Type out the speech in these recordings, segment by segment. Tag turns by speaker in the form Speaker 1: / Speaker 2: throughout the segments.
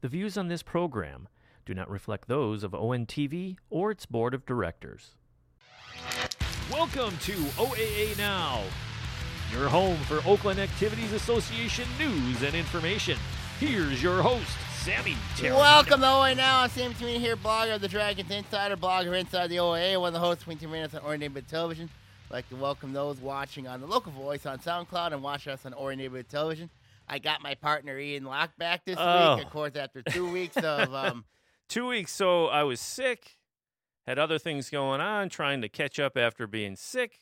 Speaker 1: The views on this program do not reflect those of ONTV or its board of directors. Welcome to OAA Now, your home for Oakland Activities Association news and information. Here's your host, Sammy Terry.
Speaker 2: Welcome to OA Now. I'm Sam Tamina here, blogger of the Dragons Insider, blogger inside the OA, one of the hosts between Tamina on Orange Neighborhood Television. I'd like to welcome those watching on the local voice on SoundCloud and watch us on Orange Neighborhood Television. I got my partner Ian Locke back this
Speaker 1: Oh.
Speaker 2: week, of course, after two weeks of um,
Speaker 1: Two weeks, so I was sick, had other things going on, trying to catch up after being sick.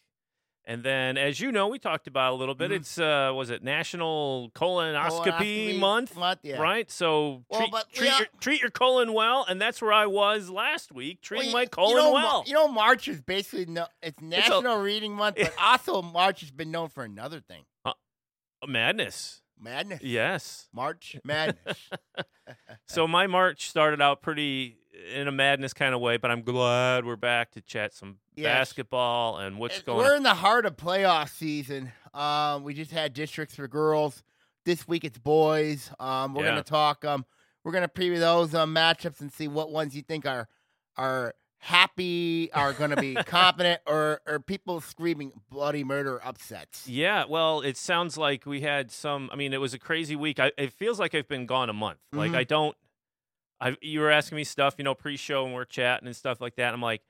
Speaker 1: And then, as you know, we talked about a little bit.
Speaker 2: Mhm.
Speaker 1: It's uh, was it National Colonoscopy,
Speaker 2: colonoscopy
Speaker 1: Month,
Speaker 2: yeah.
Speaker 1: right? So
Speaker 2: Well,
Speaker 1: treat,
Speaker 2: but we
Speaker 1: treat,
Speaker 2: are-
Speaker 1: your, treat your colon well, and that's where I was last week, treating
Speaker 2: Well,
Speaker 1: my
Speaker 2: you-
Speaker 1: colon
Speaker 2: you know, Ma-
Speaker 1: well.
Speaker 2: You know, March is basically no, it's
Speaker 1: a-
Speaker 2: National Reading Month, but also March has been known for another thing:
Speaker 1: Madness,
Speaker 2: madness.
Speaker 1: yes.
Speaker 2: March madness.
Speaker 1: So my March started out pretty in a madness kind of way, but I'm glad we're back to chat some
Speaker 2: Yes.
Speaker 1: basketball and what's
Speaker 2: It-
Speaker 1: going
Speaker 2: We're
Speaker 1: on.
Speaker 2: in the heart of playoff season. Um, we just had districts for girls. This week it's boys. Um, we're
Speaker 1: Yeah.
Speaker 2: gonna talk. Um, we're gonna preview those um, matchups and see what ones you think are are happy, are gonna be competent, or or people screaming bloody murder upsets.
Speaker 1: Yeah, well, it sounds like we had some. I mean, it was a crazy week. I, it feels like I've been gone a month. Like
Speaker 2: Mhm.
Speaker 1: I don't. I you were asking me stuff, you know, pre-show and we're chatting and stuff like that. I'm like,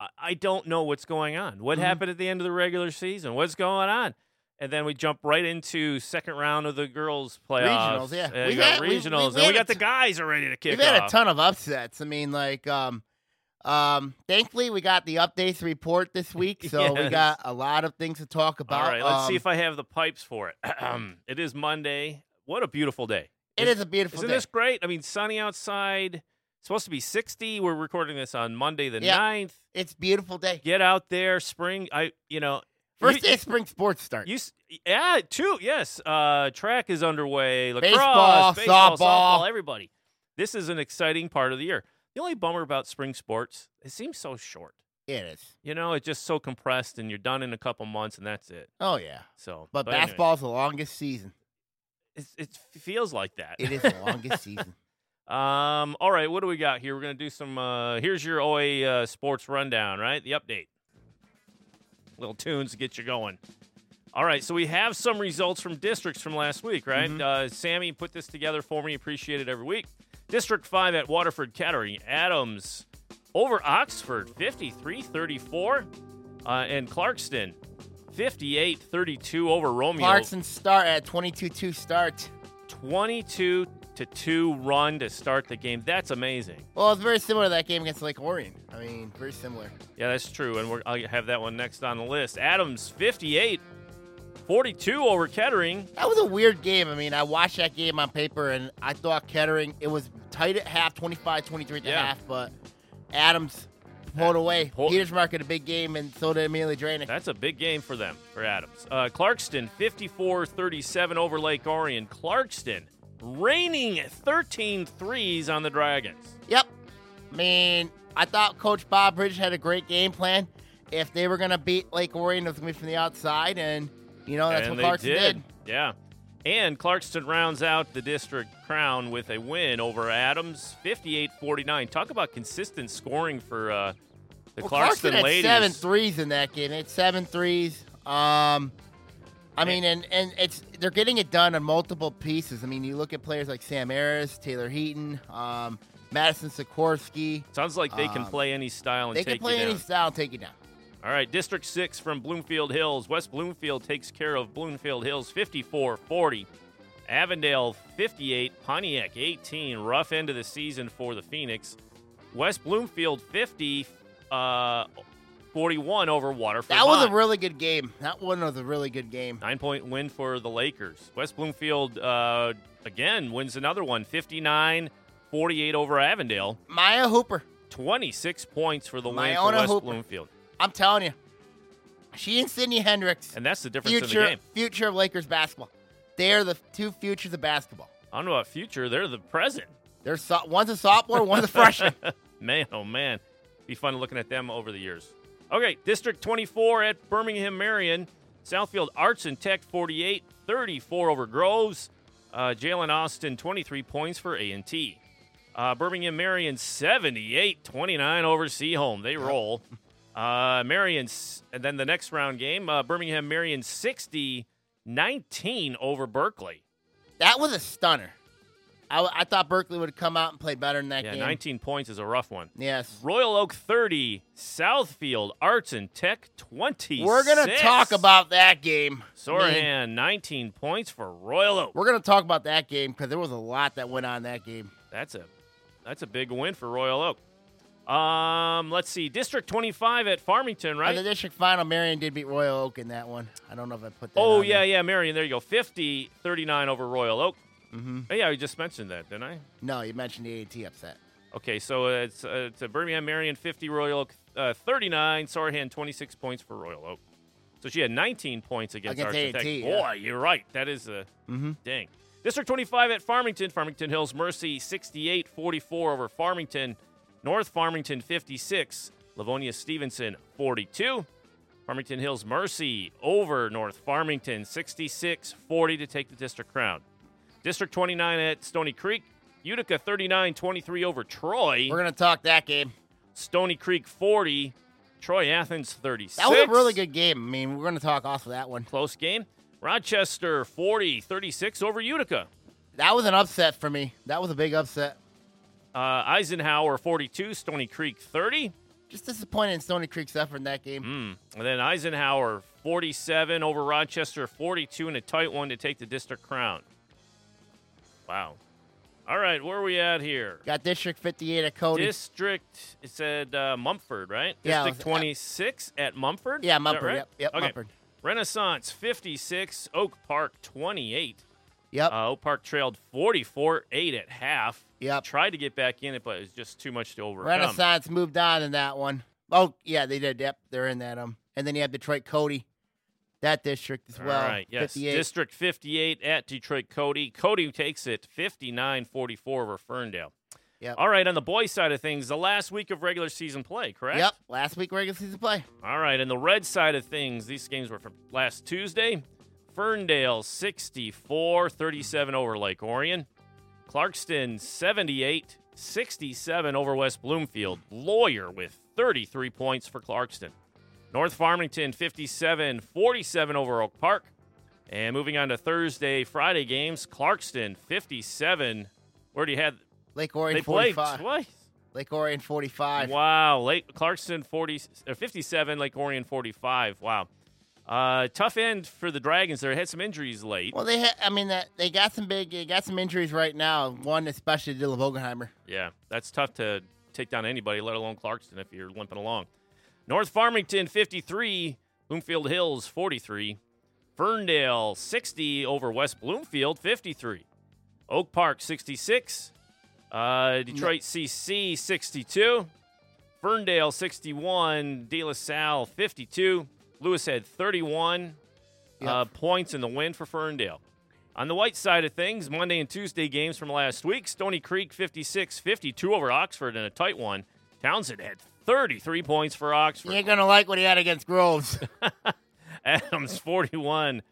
Speaker 1: I, I don't know what's going on. What
Speaker 2: Mhm.
Speaker 1: happened at the end of the regular season? What's going on? And then we jump right into second round of the girls' playoffs.
Speaker 2: Regionals, yeah.
Speaker 1: and we
Speaker 2: We've
Speaker 1: got
Speaker 2: had- we- we-
Speaker 1: regionals, and
Speaker 2: we
Speaker 1: we
Speaker 2: had a
Speaker 1: got the
Speaker 2: t-
Speaker 1: guys are ready to kick
Speaker 2: We've had
Speaker 1: off.
Speaker 2: a ton of upsets. I mean, like, um, um, thankfully we got the updates report this week, so we
Speaker 1: Yes.
Speaker 2: got a lot of things to talk
Speaker 1: All
Speaker 2: about.
Speaker 1: right, let's see
Speaker 2: Um,
Speaker 1: if I have the pipes for it. it is Monday. What a beautiful day.
Speaker 2: it is a beautiful
Speaker 1: Isn't
Speaker 2: day.
Speaker 1: this great? I mean, sunny outside. It's supposed to be 60. We're recording this on Monday the
Speaker 2: Yeah.
Speaker 1: ninth.
Speaker 2: It's a beautiful day.
Speaker 1: 9th. Get out there, spring. I, you know,
Speaker 2: First
Speaker 1: you,
Speaker 2: day of spring sports start.
Speaker 1: you s- yeah, two, yes. Uh, track is underway. Lacrosse,
Speaker 2: Baseball,
Speaker 1: baseball,
Speaker 2: softball.
Speaker 1: softball, everybody. This is an exciting part of the year. The only bummer about spring sports, it seems so short.
Speaker 2: It is.
Speaker 1: You know, it's just so compressed, and you're done in a couple months, and that's it.
Speaker 2: Oh yeah.
Speaker 1: So,
Speaker 2: But,
Speaker 1: anyway,
Speaker 2: basketball's the longest season.
Speaker 1: it's- it feels like that.
Speaker 2: It is the longest season.
Speaker 1: Um. All right. What do we got here? We're gonna do some. Uh, here's your OA uh, sports rundown. Right. The update. Little tunes to get you going. All right. So we have some results from districts from last week. Right.
Speaker 2: Mhm.
Speaker 1: Uh, Sammy put this together for me. Appreciate it every week. District five at Waterford Kettering. Adams over Oxford, 53-34, uh, and Clarkston, 58-32 over Romeo.
Speaker 2: Clarkson start at 22-2 start.
Speaker 1: 22 to two run to start the game. That's amazing.
Speaker 2: Well, it's very similar to that game against Lake Orion. I mean, very similar.
Speaker 1: Yeah, that's true. And we're, I'll have that one next on the list. Adams, 58, 42 over Kettering.
Speaker 2: That was a weird game. I mean, I watched that game on paper, and I thought Kettering, it was tight at half, 25-23 at the
Speaker 1: Yeah.
Speaker 2: half, but Adams pulled away.
Speaker 1: Pull-
Speaker 2: Petersmark had a big game, and so did Amelia Draining.
Speaker 1: That's a big game for them, for Adams. Uh, Clarkston, 54 37 over Lake Orion. Clarkston, raining 13 threes on the Dragons.
Speaker 2: Yep. I mean, I thought Coach Bob Bridges had a great game plan. If they were going to beat Lake Orion, it was going to be from the outside, and, you know, Oh, that's
Speaker 1: and
Speaker 2: what
Speaker 1: they
Speaker 2: Clarkson did.
Speaker 1: Yeah. And Clarkston rounds out the district crown with a win over Adams, 58 49. Talk about consistent scoring for uh, the
Speaker 2: Well,
Speaker 1: Clarkston,
Speaker 2: had
Speaker 1: ladies.
Speaker 2: seven threes in that game. It's seven threes. Um, I mean, and and it's they're getting it done on multiple pieces. I mean, you look at players like Sam Harris, Taylor Heaton, um, Madison Sikorsky.
Speaker 1: Sounds like they can
Speaker 2: Um,
Speaker 1: play any style and
Speaker 2: They
Speaker 1: take
Speaker 2: can play
Speaker 1: you down.
Speaker 2: any style, take it down.
Speaker 1: All right, District 6 from Bloomfield Hills. West Bloomfield takes care of Bloomfield Hills 54 40. Avondale 58, Pontiac 18. Rough end of the season for the Phoenix. West Bloomfield 50 uh, 41 over Waterford.
Speaker 2: That was a
Speaker 1: High.
Speaker 2: really good game. That one was a really good game.
Speaker 1: Nine point win for the Lakers. West Bloomfield uh, again wins another one 59 48 over Avondale.
Speaker 2: Maya Hooper,
Speaker 1: 26 points for the win for
Speaker 2: Myona
Speaker 1: West
Speaker 2: Hooper.
Speaker 1: Bloomfield.
Speaker 2: I'm telling you, she and Sydney Hendricks,
Speaker 1: And that's the difference in the
Speaker 2: future
Speaker 1: game.
Speaker 2: future of Lakers basketball. They are the two futures of basketball.
Speaker 1: I don't know about future. They're the present.
Speaker 2: They're so, one's a sophomore, one's a freshman.
Speaker 1: Man, oh man. Be fun looking at them over the years. Okay, District 24 at Birmingham Marion. Southfield Arts and Tech 48 34 over Groves. Uh, Jalen Austin, 23 points for A&T. Uh, Birmingham Marion, 78 29 over Seaholm. They roll. Uh, Marion, s- and then the next round game, uh, Birmingham Marion, 60 19 over Berkeley.
Speaker 2: That was a stunner. I, w- I thought Berkeley would come out and play better in that
Speaker 1: Yeah,
Speaker 2: game.
Speaker 1: 19 points is a rough one.
Speaker 2: Yes.
Speaker 1: Royal Oak 30, Southfield Arts and Tech 20.
Speaker 2: We're going to talk about that game. man.
Speaker 1: Sorahan, 19 points for Royal Oak.
Speaker 2: We're going to talk about that game because there was a lot that went on in that game.
Speaker 1: That's a that's a big win for Royal Oak. Um, let's see, District 25 at Farmington,
Speaker 2: In the
Speaker 1: right?
Speaker 2: district final, Marion did beat Royal Oak in that one. I don't know if I put that
Speaker 1: Oh
Speaker 2: on
Speaker 1: yeah,
Speaker 2: there.
Speaker 1: yeah, Marion. There you go, 50 39 over Royal Oak.
Speaker 2: Mhm.
Speaker 1: Oh, yeah, I just mentioned that, didn't I?
Speaker 2: No, you mentioned the AT upset.
Speaker 1: Okay, so uh, it's uh, it's a Birmingham Marion 50, Royal Oak uh, 39, Sarhan 26 points for Royal Oak. So she had 19 points against,
Speaker 2: Against
Speaker 1: Archer
Speaker 2: A&T,
Speaker 1: Tech.
Speaker 2: yeah.
Speaker 1: Boy, you're right. That is a
Speaker 2: Mhm.
Speaker 1: dang. District 25 at Farmington. Farmington Hills Mercy 68 44 over Farmington. North Farmington 56. Livonia Stevenson 42. Farmington Hills Mercy over North Farmington 66 40 to take the district crown. District 29 at Stony Creek. Utica 39 23 over Troy.
Speaker 2: We're going to talk that game.
Speaker 1: Stony Creek 40. Troy Athens 36.
Speaker 2: That was a really good game. I mean, we're going to talk off of that one.
Speaker 1: Close game. Rochester 40 36 over Utica.
Speaker 2: That was an upset for me. That was a big upset.
Speaker 1: Uh, Eisenhower 42, Stony Creek 30.
Speaker 2: Just disappointed in Stony Creek's effort in that game.
Speaker 1: Mm. And then Eisenhower 47 over Rochester 42 in a tight one to take the district crown. Wow. All right, where are we at here?
Speaker 2: Got District 58 at Cody.
Speaker 1: District, it said uh, Mumford, right?
Speaker 2: Yeah, it
Speaker 1: District
Speaker 2: was-
Speaker 1: 26 at Mumford?
Speaker 2: yeah,
Speaker 1: Is that
Speaker 2: Mumford.
Speaker 1: right?
Speaker 2: Yep, yep,
Speaker 1: Okay.
Speaker 2: Mumford.
Speaker 1: Renaissance 56, Oak Park 28.
Speaker 2: Yep.
Speaker 1: Uh, Oak Park trailed 44 8 at half.
Speaker 2: Yep.
Speaker 1: Tried to get back in it, but it was just too much to overcome.
Speaker 2: Renaissance moved on in that one. Oh, yeah, they did. Yep, they're in that. Um, and then you have Detroit Cody, that district as well.
Speaker 1: All right, yes.
Speaker 2: 58.
Speaker 1: District 58 at Detroit Cody. Cody takes it 59 44 over Ferndale.
Speaker 2: Yep.
Speaker 1: All right, on the boys' side of things, the last week of regular season play, correct?
Speaker 2: Yep, last week regular season play.
Speaker 1: All right, and the red side of things, these games were from last Tuesday. Ferndale 64 37 over Lake Orion. Clarkston 78 67 over West Bloomfield. Lawyer with 33 points for Clarkston. North Farmington 57 47 over Oak Park. And moving on to Thursday, Friday games, Clarkston 57. Where do you have
Speaker 2: Lake Orion
Speaker 1: they played
Speaker 2: 45.
Speaker 1: twice?
Speaker 2: Lake Orion 45.
Speaker 1: Wow, Lake Clarkson 40 or 57, Lake Orion 45. Wow. Uh, tough end for the Dragons there. Had some injuries late.
Speaker 2: Well, they ha- I mean that they got some big they got some injuries right now. One especially to Vogelheimer.
Speaker 1: Yeah, that's tough to take down anybody, let alone Clarkston if you're limping along. North Farmington 53, Bloomfield Hills 43, Ferndale 60 over West Bloomfield 53, Oak Park 66, uh, Detroit CC 62, Ferndale 61, De La Salle 52, Lewis had 31 uh, points in the win for Ferndale. On the white side of things, Monday and Tuesday games from last week Stony Creek 56 52 over Oxford in a tight one. Townsend had 33 points for
Speaker 2: You
Speaker 1: Oxford.
Speaker 2: ain't gonna like what he had against Groves. that
Speaker 1: Adams 41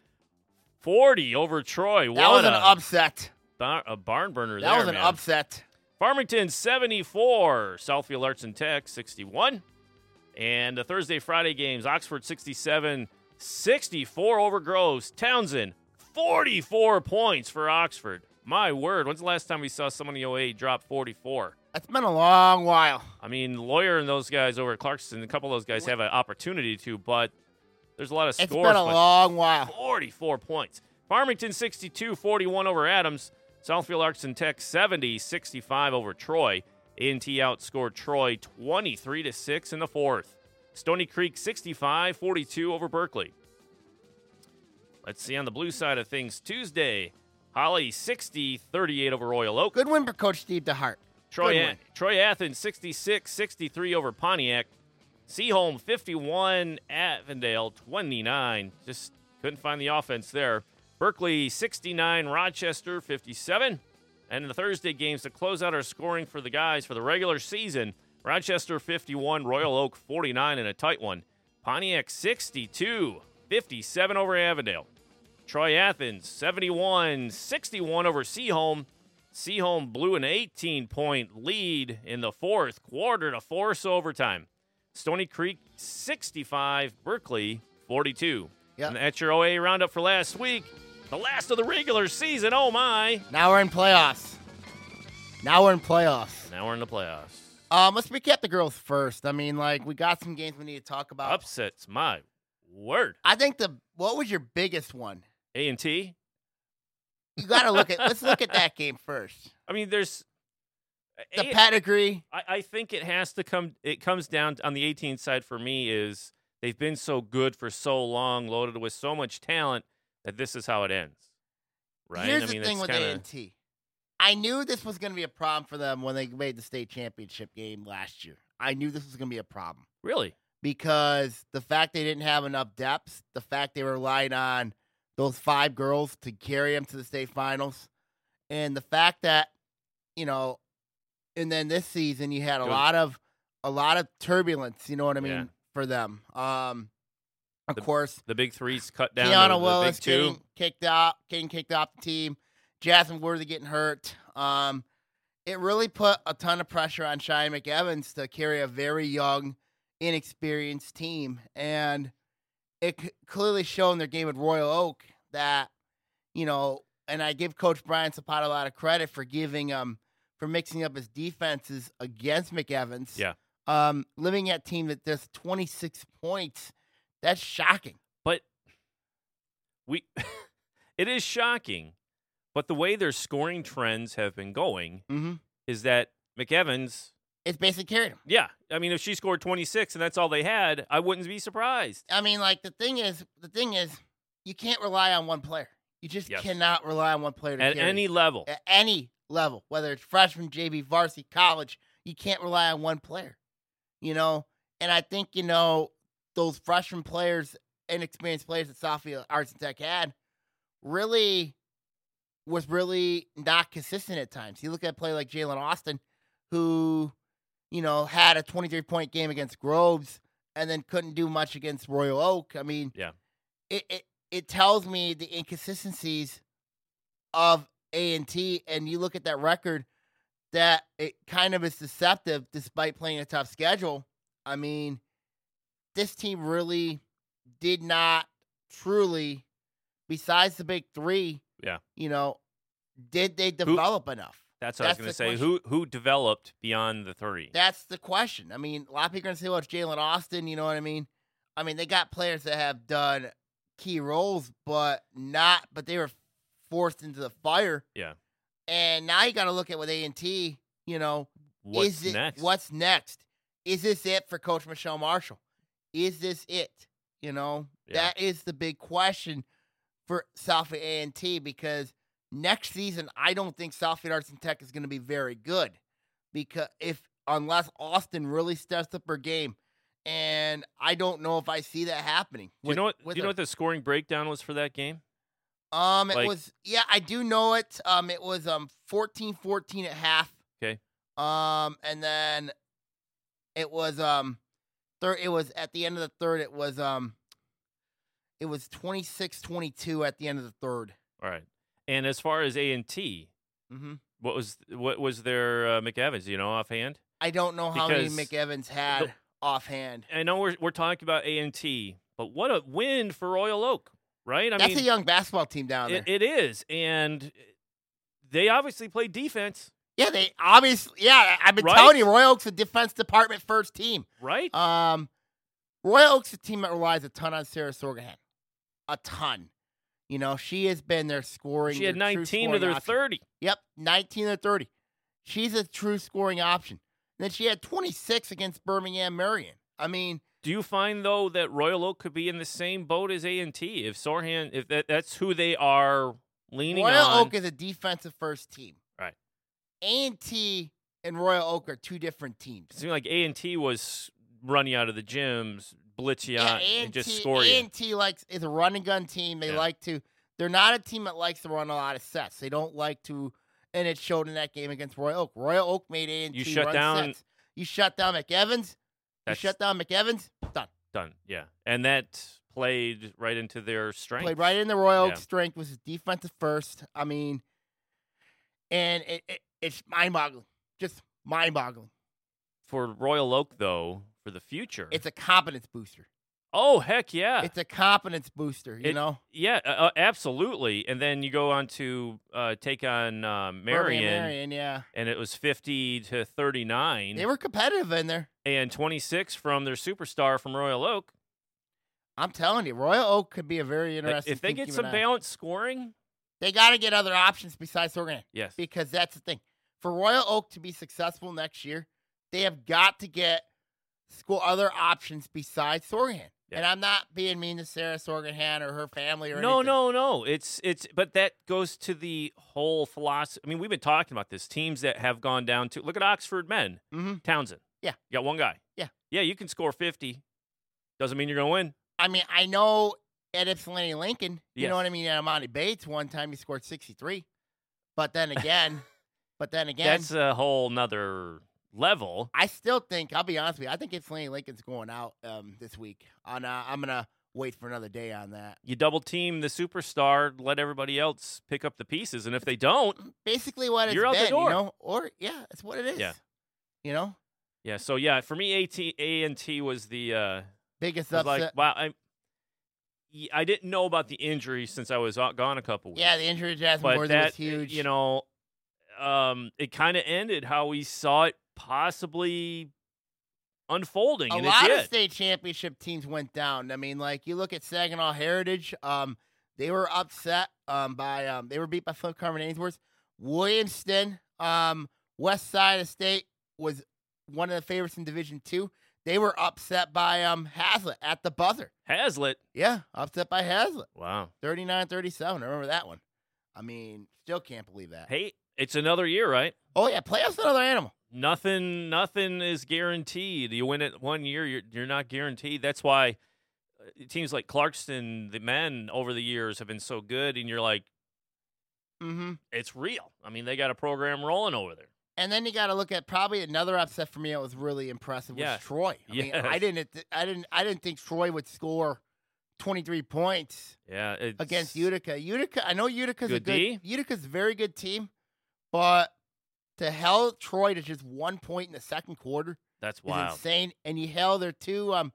Speaker 1: 40 over Troy. What
Speaker 2: was an
Speaker 1: a,
Speaker 2: upset.
Speaker 1: bar- a barn burner
Speaker 2: That
Speaker 1: there,
Speaker 2: was an
Speaker 1: man.
Speaker 2: upset.
Speaker 1: Farmington 74, Southfield Arts and Tech 61. And the Thursday Friday games, Oxford 67, 64 over Groves. Townsend 44 points for Oxford. My word, when's the last time we saw someone in the OA drop 44?
Speaker 2: It's been a long while.
Speaker 1: I mean, Lawyer and those guys over at Clarkston, a couple of those guys have an opportunity to, but there's a lot of
Speaker 2: It's
Speaker 1: scores.
Speaker 2: been a
Speaker 1: but-
Speaker 2: long while.
Speaker 1: 44 points. Farmington 62 41 over Adams. Southfield Arts and Tech 70 65 over Troy. ANT outscored Troy 23 to 6 in the fourth. Stony Creek 65 42 over Berkeley. Let's see on the blue side of things Tuesday. Holly 60 38 over Royal Oak.
Speaker 2: Good win for Coach Steve DeHart.
Speaker 1: Troy,
Speaker 2: Good
Speaker 1: A-
Speaker 2: win.
Speaker 1: Troy Athens 66 63 over Pontiac. Seaholm 51, Avondale 29. Just couldn't find the offense there. Berkeley 69, Rochester 57. And in the Thursday games to close out our scoring for the guys for the regular season, Rochester 51, Royal Oak 49 in a tight one. Pontiac 62, 57 over Avondale. Troy Athens 71 61 over Seaholm. Seaholm blew an 18 point lead in the fourth quarter to force overtime. Stony Creek 65, Berkeley 42.
Speaker 2: Yep.
Speaker 1: And that's your OA roundup for last week. The last of the regular season. Oh my.
Speaker 2: Now we're in playoffs. Now we're in playoffs.
Speaker 1: Now we're in the playoffs.
Speaker 2: Um, let's recap the girls first. I mean, like we got some games we need to talk about.
Speaker 1: Upsets, my word.
Speaker 2: I think the what was your biggest one?
Speaker 1: A and T.
Speaker 2: You got to look at. let's look at that game first.
Speaker 1: I mean, there's
Speaker 2: The
Speaker 1: A-
Speaker 2: pedigree.
Speaker 1: I, I think it has to come. It comes down on the 18 side for me is they've been so good for so long, loaded with so much talent that this is how it ends. Right?
Speaker 2: Here's
Speaker 1: I mean,
Speaker 2: the thing
Speaker 1: that's
Speaker 2: with
Speaker 1: kinda-
Speaker 2: A&T. I knew this was going to be a problem for them when they made the state championship game last year. I knew this was going to be a problem
Speaker 1: really
Speaker 2: because the fact they didn't have enough depth, the fact they relied on those five girls to carry them to the state finals, and the fact that you know, and then this season you had a
Speaker 1: It was-
Speaker 2: lot of a lot of turbulence. You know what I mean
Speaker 1: Yeah.
Speaker 2: for them. Um, of
Speaker 1: The-
Speaker 2: course,
Speaker 1: the big threes cut down. to
Speaker 2: Tiana
Speaker 1: the
Speaker 2: Willis
Speaker 1: big two.
Speaker 2: getting kicked out, getting kicked off the team. Jasmine Worthy getting hurt. Um, it really put a ton of pressure on Shia McEvans to carry a very young, inexperienced team, and it c- clearly showed in their game at Royal Oak that you know. And I give Coach Brian Zapata a lot of credit for giving um for mixing up his defenses against McEvans.
Speaker 1: Yeah.
Speaker 2: Um, living at team that does 26 points, that's shocking.
Speaker 1: But we, it is shocking, but the way their scoring trends have been going
Speaker 2: Mm-hmm.
Speaker 1: is that McEvans
Speaker 2: it's basically carried him.
Speaker 1: Yeah, I mean, if she scored 26 and that's all they had, I wouldn't be surprised.
Speaker 2: I mean, like the thing is, the thing is, you can't rely on one player. You just
Speaker 1: Yes.
Speaker 2: cannot rely on one player to
Speaker 1: At
Speaker 2: carry
Speaker 1: any
Speaker 2: you.
Speaker 1: level,
Speaker 2: at any level, whether it's freshman, JV, varsity, college. You can't rely on one player, you know. And I think you know those freshman players, inexperienced players that Southfield Arts and Tech had, really was really not consistent at times. You look at a player like Jalen Austin, who you know had a 23 point game against Groves and then couldn't do much against Royal Oak. I mean,
Speaker 1: Yeah.
Speaker 2: it it, it tells me the inconsistencies of A and T, and you look at that record that it kind of is deceptive despite playing a tough schedule. I mean, this team really did not truly, besides the big three,
Speaker 1: Yeah.
Speaker 2: you know, did they develop enough?
Speaker 1: that's what
Speaker 2: that's
Speaker 1: I was
Speaker 2: the
Speaker 1: going to say. Who who developed beyond the three?
Speaker 2: That's the question. I mean, a lot of people are going to say, well, it's Jalen Austin. You know what I mean? I mean, they got players that have done key roles, but not, but they were forced into the fire.
Speaker 1: Yeah.
Speaker 2: And now you got to look at with A&T, you know,
Speaker 1: What's
Speaker 2: is it,
Speaker 1: next?
Speaker 2: What's next? Is this it for Coach Michelle Marshall? Is this it? You know,
Speaker 1: Yeah.
Speaker 2: that is the big question for Southfield A and T because next season I don't think Southfield Arts and Tech is going to be very good because if unless Austin really steps up her game, and I don't know if I see that happening.
Speaker 1: Do you know what? Do you know what the scoring breakdown was for that game?
Speaker 2: the, um, it
Speaker 1: like-
Speaker 2: was yeah, I do know it. Um, it was um 14-14 at half.
Speaker 1: Okay.
Speaker 2: Um, and then it was um third. It was at the end of the third. It was um. It was 26-22 at the end of the 3rd
Speaker 1: All right. And as far as A and T,
Speaker 2: Mm-hmm.
Speaker 1: what was what was their uh, McEvans? You know, offhand.
Speaker 2: I don't know how many
Speaker 1: Because
Speaker 2: McEvans had
Speaker 1: the-
Speaker 2: offhand.
Speaker 1: I know we're we're talking about A and T, but what a win for Royal Oak, right? I
Speaker 2: That's
Speaker 1: mean,
Speaker 2: a young basketball team down there.
Speaker 1: it, it is, and they obviously play defense,
Speaker 2: yeah, they obviously. Yeah, I- I've been
Speaker 1: Right?
Speaker 2: telling you, Royal Oaks a defense department first team.
Speaker 1: right?
Speaker 2: Um, Royal Oaks is a team that relies a ton on Sarah Sorgahan, a ton. You know, she has been their scoring.
Speaker 1: she had
Speaker 2: their true
Speaker 1: 19 to
Speaker 2: scoring
Speaker 1: their
Speaker 2: option.
Speaker 1: 30.
Speaker 2: Yep, 19 or 30. She's a true scoring option. And then she had 26 against Birmingham Marion. I mean,
Speaker 1: Do you find though that Royal Oak could be in the same boat as A and T if Sorhan if that, that's who they are leaning
Speaker 2: Royal
Speaker 1: on?
Speaker 2: Oak is a defensive first team.
Speaker 1: Right.
Speaker 2: A&T and Royal Oak are two different
Speaker 1: It
Speaker 2: teams.
Speaker 1: seemed like A and T was running out of the gyms, blitz you out, and
Speaker 2: A&T,
Speaker 1: just score you.
Speaker 2: A&T likes is a run and gun team. They
Speaker 1: Yeah.
Speaker 2: like to. They're not a team that likes to run a lot of sets. They don't like to, and it showed in that game against Royal Oak. Royal Oak made A&T
Speaker 1: You shut
Speaker 2: run
Speaker 1: down-
Speaker 2: sets. You shut down McEvans.
Speaker 1: That's
Speaker 2: you shut down McEvans. Done.
Speaker 1: done. Yeah, and that played right into their strength.
Speaker 2: Played right in the Royal
Speaker 1: Yeah.
Speaker 2: strength was his defensive first. I mean, and it, it, it's mind boggling. Just mind boggling.
Speaker 1: for Royal Oak though for the future.
Speaker 2: It's a competence booster.
Speaker 1: oh heck yeah,
Speaker 2: It's a competence booster, you
Speaker 1: It-
Speaker 2: know?
Speaker 1: yeah, uh, uh, absolutely. And then you go on to uh, take on uh,
Speaker 2: Birmingham
Speaker 1: Marion,
Speaker 2: Marion, yeah.
Speaker 1: and it was fifty to thirty nine,
Speaker 2: They were competitive in there.
Speaker 1: and twenty six from their superstar from Royal Oak.
Speaker 2: I'm telling you, Royal Oak could be a very
Speaker 1: Like,
Speaker 2: interesting.
Speaker 1: If they
Speaker 2: thing to
Speaker 1: get
Speaker 2: keep
Speaker 1: some
Speaker 2: an eye on.
Speaker 1: balanced scoring,
Speaker 2: they got to get other options besides Sorgan
Speaker 1: yes,
Speaker 2: because that's the thing. For Royal Oak to be successful next year, they have got to get school other options besides Sorgan.
Speaker 1: Yeah.
Speaker 2: And I'm not being mean to Sarah Sorgan or her family or
Speaker 1: No,
Speaker 2: anything.
Speaker 1: no, no. It's it's but that goes to the whole philosophy. I mean, we've been talking about this. Teams that have gone down to look at Oxford men,
Speaker 2: Mhm.
Speaker 1: Townsend.
Speaker 2: Yeah.
Speaker 1: You got one guy.
Speaker 2: Yeah.
Speaker 1: Yeah, you can score fifty. Doesn't mean you're gonna win.
Speaker 2: I mean, I know at Ypsilanti Lincoln, you
Speaker 1: Yes.
Speaker 2: know what I mean? At Amani Bates, one time he scored 63. But then again, but then again,
Speaker 1: That's a whole nother level.
Speaker 2: I still think I'll be honest with you. I think Ypsilanti Lincoln's going out um, this week. On uh, I'm gonna wait for another day on that.
Speaker 1: You double team the superstar, let everybody else pick up the pieces, and if they don't,
Speaker 2: Basically, what it's
Speaker 1: You're out the
Speaker 2: been,
Speaker 1: door.
Speaker 2: you know, or yeah, it's what it is.
Speaker 1: Yeah.
Speaker 2: You know,
Speaker 1: yeah. So yeah, for me, AT A and T was the uh,
Speaker 2: biggest
Speaker 1: was
Speaker 2: upset.
Speaker 1: like wow. I I didn't know about the injury since I was out- gone a couple weeks.
Speaker 2: yeah, the injury to Jasmine
Speaker 1: but
Speaker 2: Worthy
Speaker 1: that
Speaker 2: was huge.
Speaker 1: you know um it kind of ended how we saw it possibly unfolding
Speaker 2: a
Speaker 1: and
Speaker 2: lot
Speaker 1: it
Speaker 2: of
Speaker 1: did
Speaker 2: state championship teams went down. I mean, like you look at Saginaw Heritage. Um, they were upset. Um, by um, they were beat by Flint Carmen Ainsworth. Williamston, um, West Side of State was one of the favorites in Division Two. They were upset by um Hazlet at the buzzer.
Speaker 1: haslett
Speaker 2: Yeah, upset by Hazlet.
Speaker 1: wow
Speaker 2: 39-37. I remember that one. I mean, still can't believe that.
Speaker 1: hey it's another year right
Speaker 2: Oh yeah, playoffs another animal.
Speaker 1: nothing nothing is guaranteed you win it one year you're, you're not guaranteed that's why uh, teams like clarkston the men over the years have been so good and you're like
Speaker 2: Mm-hmm.
Speaker 1: it's real i mean they got a program rolling over there
Speaker 2: And then you got to look at probably another upset for me that was really impressive was
Speaker 1: Yeah.
Speaker 2: Troy. I mean,
Speaker 1: Yes.
Speaker 2: I didn't, th- I didn't, I didn't think Troy would score twenty three points
Speaker 1: yeah it's,
Speaker 2: against Utica. Utica, I know Utica's a
Speaker 1: Good
Speaker 2: good,
Speaker 1: D.
Speaker 2: Utica's a very good team, but to held Troy to just one point in the second quarter
Speaker 1: that's
Speaker 2: is
Speaker 1: wild
Speaker 2: insane. And you held their two um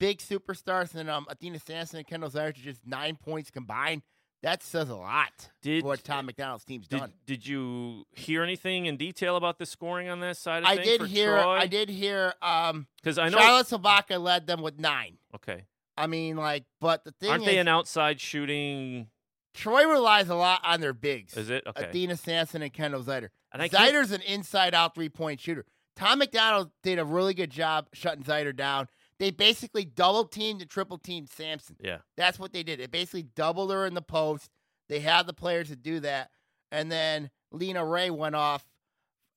Speaker 2: big superstars and um Athena Sampson and Kendall Zaire to just nine points combined. That says a lot
Speaker 1: did
Speaker 2: for what Tom McDonald's team's
Speaker 1: Did,
Speaker 2: done.
Speaker 1: did you hear anything in detail about the scoring on that side of
Speaker 2: I
Speaker 1: things
Speaker 2: did
Speaker 1: for
Speaker 2: hear.
Speaker 1: Troy?
Speaker 2: I did hear. Um,
Speaker 1: Because I know.
Speaker 2: Charlotte Sabaka led them with nine.
Speaker 1: okay.
Speaker 2: I mean, like, but the thing
Speaker 1: Aren't
Speaker 2: is,
Speaker 1: they an outside shooting?
Speaker 2: Troy relies a lot on their bigs.
Speaker 1: Is it okay?
Speaker 2: Athena Sampson and Kendall Zider.
Speaker 1: and I can't-
Speaker 2: Zider's an inside-out three-point shooter. Tom McDonald did a really good job shutting Zider down. They basically double teamed and triple teamed Sampson.
Speaker 1: Yeah.
Speaker 2: that's what they did. They basically doubled her in the post. They had the players to do that, and then Lena Ray went off.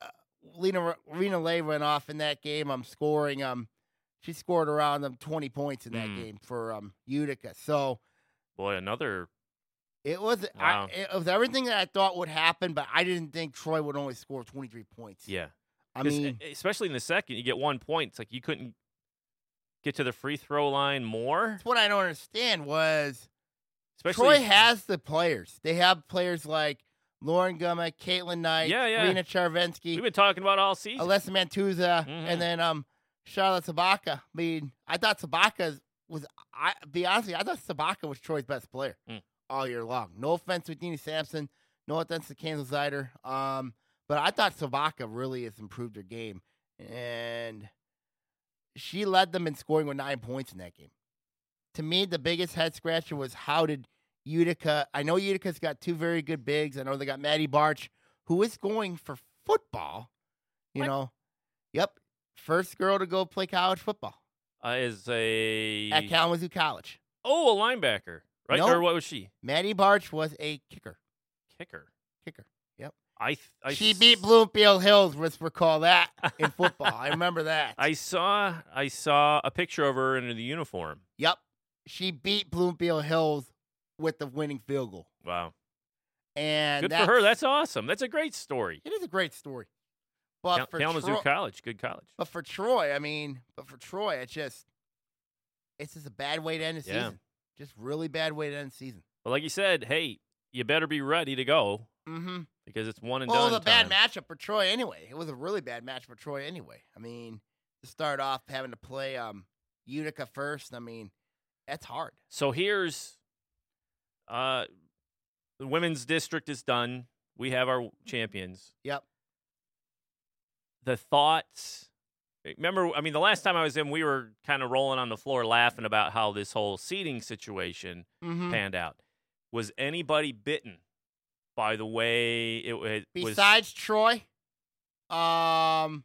Speaker 2: Uh, Lena Lena Ray went off in that game. I'm um, scoring. Um, she scored around um 20 points in that
Speaker 1: Mm.
Speaker 2: game for um Utica. So
Speaker 1: boy, another.
Speaker 2: it was
Speaker 1: Wow.
Speaker 2: I, it was everything that I thought would happen, but I didn't think Troy would only score 23 points.
Speaker 1: Yeah.
Speaker 2: I
Speaker 1: 'Cause,
Speaker 2: mean,
Speaker 1: e- especially in the second, you get one point. It's like you couldn't get to the free throw line more.
Speaker 2: that's what I don't understand was
Speaker 1: Especially.
Speaker 2: Troy has the players. They have players like Lauren Gumma, Caitlin Knight,
Speaker 1: Yeah, yeah.
Speaker 2: Rena
Speaker 1: we've
Speaker 2: Charvensky,
Speaker 1: been talking about all season.
Speaker 2: Alessa Mantuza,
Speaker 1: Mhm.
Speaker 2: and then um Charlotte Sabaka. I mean, I thought Sabaka was I be honest, with you, I thought Sabaka was Troy's best player
Speaker 1: Mm.
Speaker 2: all year long. No offense to Dean Sampson, no offense to Kansas Zider. Um, but I thought Sabaka really has improved her game. And she led them in scoring with nine points in that game. To me, the biggest head scratcher was how did Utica I know Utica's got two very good bigs. I know they got Maddie Barch, who is going for football. You
Speaker 1: What?
Speaker 2: know, yep, first girl to go play college football
Speaker 1: uh, is a.
Speaker 2: at Kalamazoo College.
Speaker 1: oh, a linebacker, right?
Speaker 2: No.
Speaker 1: Or what was she?
Speaker 2: Maddie Barch was a kicker.
Speaker 1: Kicker.
Speaker 2: Kicker. Yep.
Speaker 1: I. th- I
Speaker 2: she
Speaker 1: s-
Speaker 2: beat Bloomfield Hills. Let's recall that in football. I remember that.
Speaker 1: I saw. I saw a picture of her in the uniform.
Speaker 2: yep, she beat Bloomfield Hills with the winning field goal.
Speaker 1: Wow.
Speaker 2: And
Speaker 1: Good for her. That's awesome. That's a great story.
Speaker 2: it is a great story. But
Speaker 1: Kal-
Speaker 2: for
Speaker 1: Kalamazoo
Speaker 2: Troy-
Speaker 1: College, good college.
Speaker 2: But for Troy, I mean, but for Troy, it's just it's just a bad way to end the
Speaker 1: Yeah.
Speaker 2: season. Just really bad way to end the season.
Speaker 1: But like you said, hey, you better be ready to go
Speaker 2: Mm-hmm.
Speaker 1: because it's one and
Speaker 2: Well, it
Speaker 1: done.
Speaker 2: was a bad
Speaker 1: time.
Speaker 2: matchup for Troy anyway. It was a really bad match for Troy anyway. I mean, to start off having to play um Utica first, I mean, that's hard.
Speaker 1: So here's uh the women's district is done. We have our champions.
Speaker 2: Yep.
Speaker 1: The thoughts remember I mean the last time I was in we were kind of rolling on the floor laughing about how this whole seating situation
Speaker 2: Mm-hmm.
Speaker 1: panned out. Was anybody bitten by the way it, wa- it was
Speaker 2: Besides Troy, um,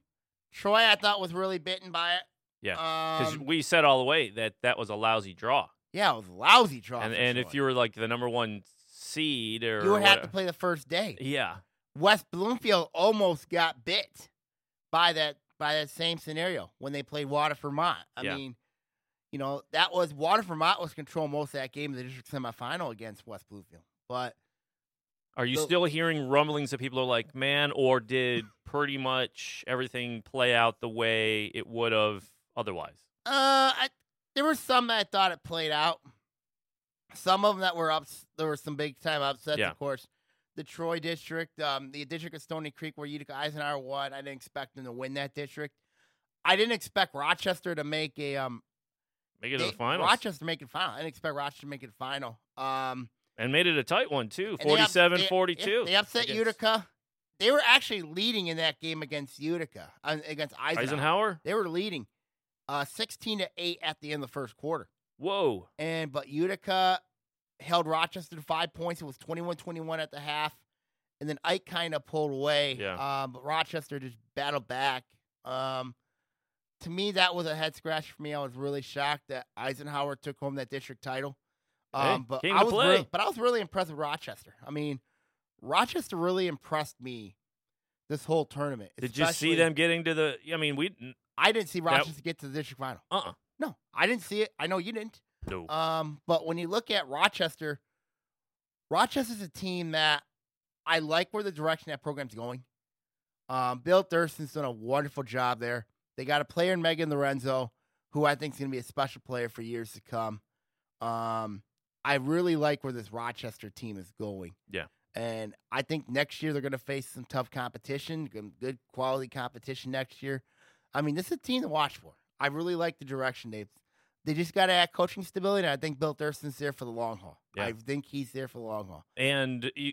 Speaker 2: Troy I thought was really bitten by it.
Speaker 1: Yeah,
Speaker 2: Um,
Speaker 1: cuz we said all the way that that was a lousy draw.
Speaker 2: yeah, it was a lousy draw.
Speaker 1: and
Speaker 2: for
Speaker 1: and if
Speaker 2: Troy.
Speaker 1: you were like the number 1 seed or
Speaker 2: you would have to
Speaker 1: whatever-
Speaker 2: play the first day.
Speaker 1: Yeah.
Speaker 2: West Bloomfield almost got bit by that by that same scenario when they played Water Vermont. I
Speaker 1: Yeah.
Speaker 2: mean, you know, that was Water Vermont was controlling most of that game in the district semifinal against West Bloomfield. But
Speaker 1: Are you
Speaker 2: So-
Speaker 1: still hearing rumblings of people who are like, man, or did pretty much everything play out the way it would have otherwise?
Speaker 2: uh I, there were some that I thought it played out. Some of them that were ups there were some big time upsets,
Speaker 1: Yeah.
Speaker 2: of course. The Troy district, um, the district of Stony Creek where Utica Eisenhower won, I didn't expect them to win that district. I didn't expect Rochester to make a um
Speaker 1: Make it to the
Speaker 2: They-
Speaker 1: finals.
Speaker 2: Rochester making final. I didn't expect Rochester to make it final. Um,
Speaker 1: And made it a tight one, too.
Speaker 2: and they up-
Speaker 1: 47
Speaker 2: they-
Speaker 1: 42.
Speaker 2: They upset
Speaker 1: against
Speaker 2: Utica. They were actually leading in that game against Utica uh, against Eisenhower.
Speaker 1: Eisenhower?
Speaker 2: They were leading, uh, sixteen to eight at the end of the first quarter.
Speaker 1: Whoa.
Speaker 2: And but Utica held Rochester to five points. It was 21-21 at the half, and then Ike kind of pulled away.
Speaker 1: Yeah.
Speaker 2: Um, but Rochester just battled back. Um, to me, that was a head scratch for me. I was really shocked that Eisenhower took home that district title.
Speaker 1: Hey,
Speaker 2: Um, but
Speaker 1: came
Speaker 2: I
Speaker 1: to
Speaker 2: was
Speaker 1: play.
Speaker 2: really, but I was really impressed with Rochester. I mean, Rochester really impressed me this whole tournament.
Speaker 1: Did you see
Speaker 2: especially-
Speaker 1: them getting to the. I mean, we.
Speaker 2: I didn't see Rochester get to the district final.
Speaker 1: Uh uh
Speaker 2: No, I didn't see it. I know you didn't.
Speaker 1: No.
Speaker 2: Um, but when you look at Rochester, Rochester's a team that I like where the direction that program's going. Um, Bill Thurston's done a wonderful job there. They got a player in Megan Lorenzo, who I think is going to be a special player for years to come. Um, I really like where this Rochester team is going.
Speaker 1: Yeah.
Speaker 2: And I think next year they're going to face some tough competition, good- good quality competition next year. I mean, this is a team to watch for. I really like the direction they've they just got to add coaching stability. And I think Bill Thurston's there for the long haul.
Speaker 1: Yeah.
Speaker 2: I think he's there for the long haul.
Speaker 1: and, you,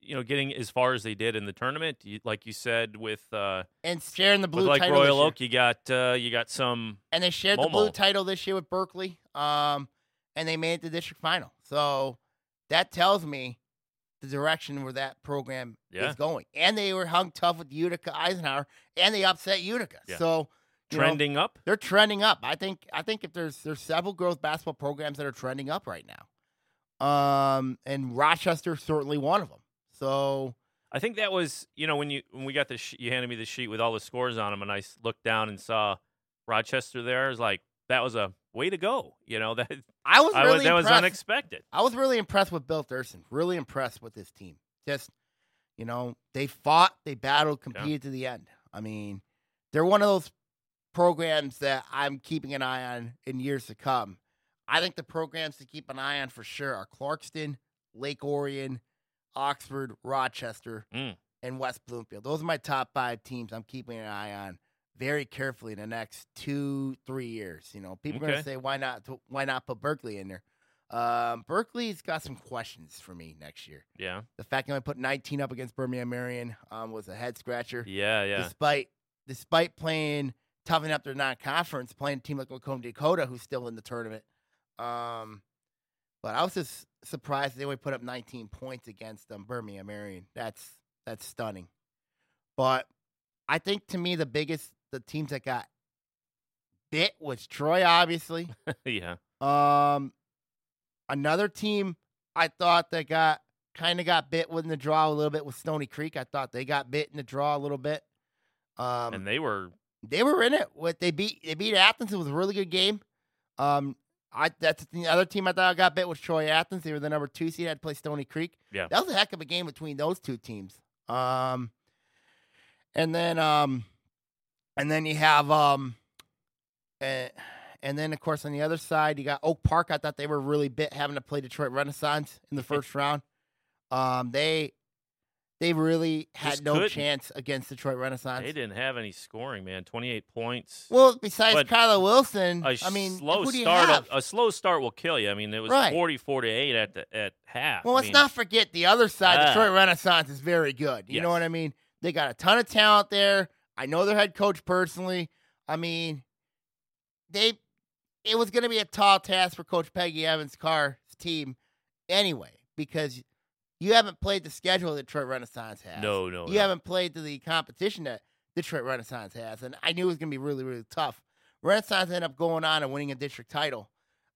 Speaker 1: you know, getting as far as they did in the tournament, you, like you said, with. uh
Speaker 2: And sharing the blue
Speaker 1: with like
Speaker 2: title. this
Speaker 1: Royal
Speaker 2: year.
Speaker 1: Oak, you got uh, you got some
Speaker 2: And they shared the
Speaker 1: Momo.
Speaker 2: blue title this year with Berkeley. Um, and they made it to district final. So that tells me the direction where that program
Speaker 1: Yeah.
Speaker 2: is going. And they were hung tough with Utica Eisenhower, and they upset Utica.
Speaker 1: Yeah.
Speaker 2: So you know,
Speaker 1: trending up.
Speaker 2: they're trending up. I think I think if there's there's several girls basketball programs that are trending up right now. Um, and Rochester's certainly one of them. So
Speaker 1: I think that was you know when you when we got the sh- you handed me the sheet with all the scores on them, and I s- looked down and saw Rochester there. I was like, that was a way to go. You know that
Speaker 2: I was
Speaker 1: I
Speaker 2: really
Speaker 1: was, that was
Speaker 2: impressed.
Speaker 1: unexpected.
Speaker 2: I was really impressed with Bill Thurston. Really impressed with this team. Just you know, they fought, they battled, competed to the end. I mean, they're one of those programs that I'm keeping an eye on in years to come. I think the programs to keep an eye on for sure are Clarkston, Lake Orion, Oxford, Rochester,
Speaker 1: Mm.
Speaker 2: and West Bloomfield. Those are my top five teams I'm keeping an eye on very carefully in the next two, three years. You know, people are gonna
Speaker 1: Okay.
Speaker 2: say, why not why not put Berkeley in there? Um, Berkeley's got some questions for me next year.
Speaker 1: Yeah,
Speaker 2: The fact that I put 19 up against Birmingham Marion um, was a head scratcher.
Speaker 1: yeah, yeah.
Speaker 2: Despite despite playing toughing up their non-conference, playing a team like Lacombe Dakota, who's still in the tournament. Um, but I was just surprised they only put up 19 points against um, Birmingham Marion. That's that's stunning. But I think to me the biggest the teams that got bit was Troy, obviously.
Speaker 1: yeah.
Speaker 2: Um, another team I thought that got kind of got bit in the draw a little bit was Stony Creek. I thought they got bit in the draw a little bit. Um,
Speaker 1: and they were
Speaker 2: they were in it. What they beat they beat Athens. It was a really good game. Um, I that's the other team I thought got bit was Troy Athens. They were the number two seed. I had to play Stony Creek.
Speaker 1: Yeah.
Speaker 2: that was a heck of a game between those two teams. Um, and then um, and then you have um, and, And then, of course, on the other side, you got Oak Park. I thought they were really bit having to play Detroit Renaissance in the first round. Um, they they really had
Speaker 1: Just
Speaker 2: no
Speaker 1: couldn't.
Speaker 2: chance against Detroit Renaissance.
Speaker 1: They didn't have any scoring, man. 28 points.
Speaker 2: Well, besides
Speaker 1: But
Speaker 2: Kyler Wilson,
Speaker 1: a
Speaker 2: Mm, I mean,
Speaker 1: slow
Speaker 2: who do you
Speaker 1: start. uh,
Speaker 2: have?
Speaker 1: A, a slow start will kill you. I mean, it was
Speaker 2: Right.
Speaker 1: 44 to eight at the at half.
Speaker 2: Well,
Speaker 1: I
Speaker 2: let's
Speaker 1: mean,
Speaker 2: not forget the other side.
Speaker 1: Ah.
Speaker 2: Detroit Renaissance is very good. You know
Speaker 1: Yes.
Speaker 2: what I mean? They got a ton of talent there. I know their head coach personally. I mean, they it was going to be a tall task for Coach Peggy Evans Carr's team anyway because you haven't played the schedule that Detroit Renaissance has.
Speaker 1: No, no,
Speaker 2: you
Speaker 1: no.
Speaker 2: haven't played to the competition that Detroit Renaissance has, and I knew it was going to be really, really tough. Renaissance ended up going on and winning a district title.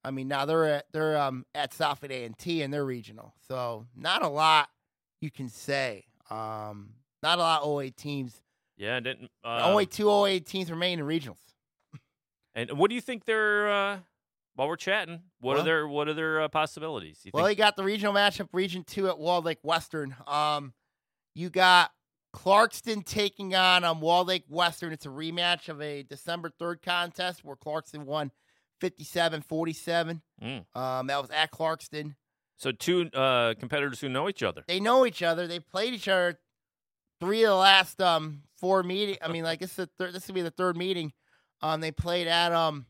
Speaker 2: I mean, now they're at, they're um, at Southfield A and T, and they're regional, so not a lot you can say. Um, not a lot OA teams.
Speaker 1: Yeah, it didn't. Uh,
Speaker 2: Only two OA teams remain in regionals.
Speaker 1: And what do you think their? Uh, while we're chatting, what are
Speaker 2: Well-
Speaker 1: their what are their uh, possibilities? You
Speaker 2: Well,
Speaker 1: think
Speaker 2: you got the regional matchup, Region Two at Wall Lake Western. Um, you got Clarkston taking on um, Wall Lake Western. It's a rematch of a December third contest where Clarkston won 57-47.
Speaker 1: Mm.
Speaker 2: Um, that was at Clarkston.
Speaker 1: so? Two uh, competitors who know each other.
Speaker 2: They know each other. They played each other three of the last um four meeting. I mean, like this is the third, this will be the third meeting. Um, they played at um,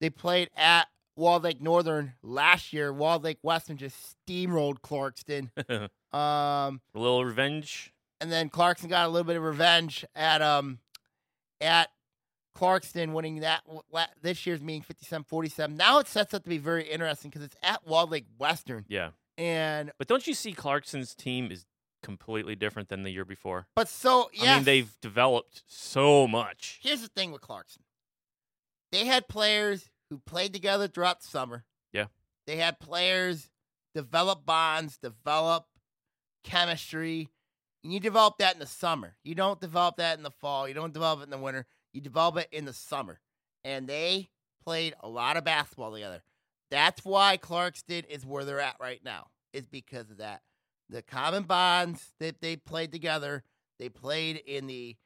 Speaker 2: they played at Wall Lake Northern last year. Wall Lake Western just steamrolled Clarkston.
Speaker 1: a
Speaker 2: Um,
Speaker 1: little revenge.
Speaker 2: and then Clarkson got a little bit of revenge at um at Clarkston, winning that w- la- this year's meeting 57-47. Now it sets up to be very interesting because it's at Walled Lake Western,
Speaker 1: Yeah,
Speaker 2: and
Speaker 1: but don't you see Clarkson's team is completely different than the year before?
Speaker 2: but so yeah,
Speaker 1: I mean, they've developed so much.
Speaker 2: here's the thing with Clarkson. They had players who played together throughout the summer.
Speaker 1: Yeah.
Speaker 2: They had players develop bonds, develop chemistry. And you develop that in the summer. You don't develop that in the fall. You don't develop it in the winter. You develop it in the summer. And they played a lot of basketball together. That's why Clarkston is where they're at right now, is because of that. The common bonds that they played together, they played in the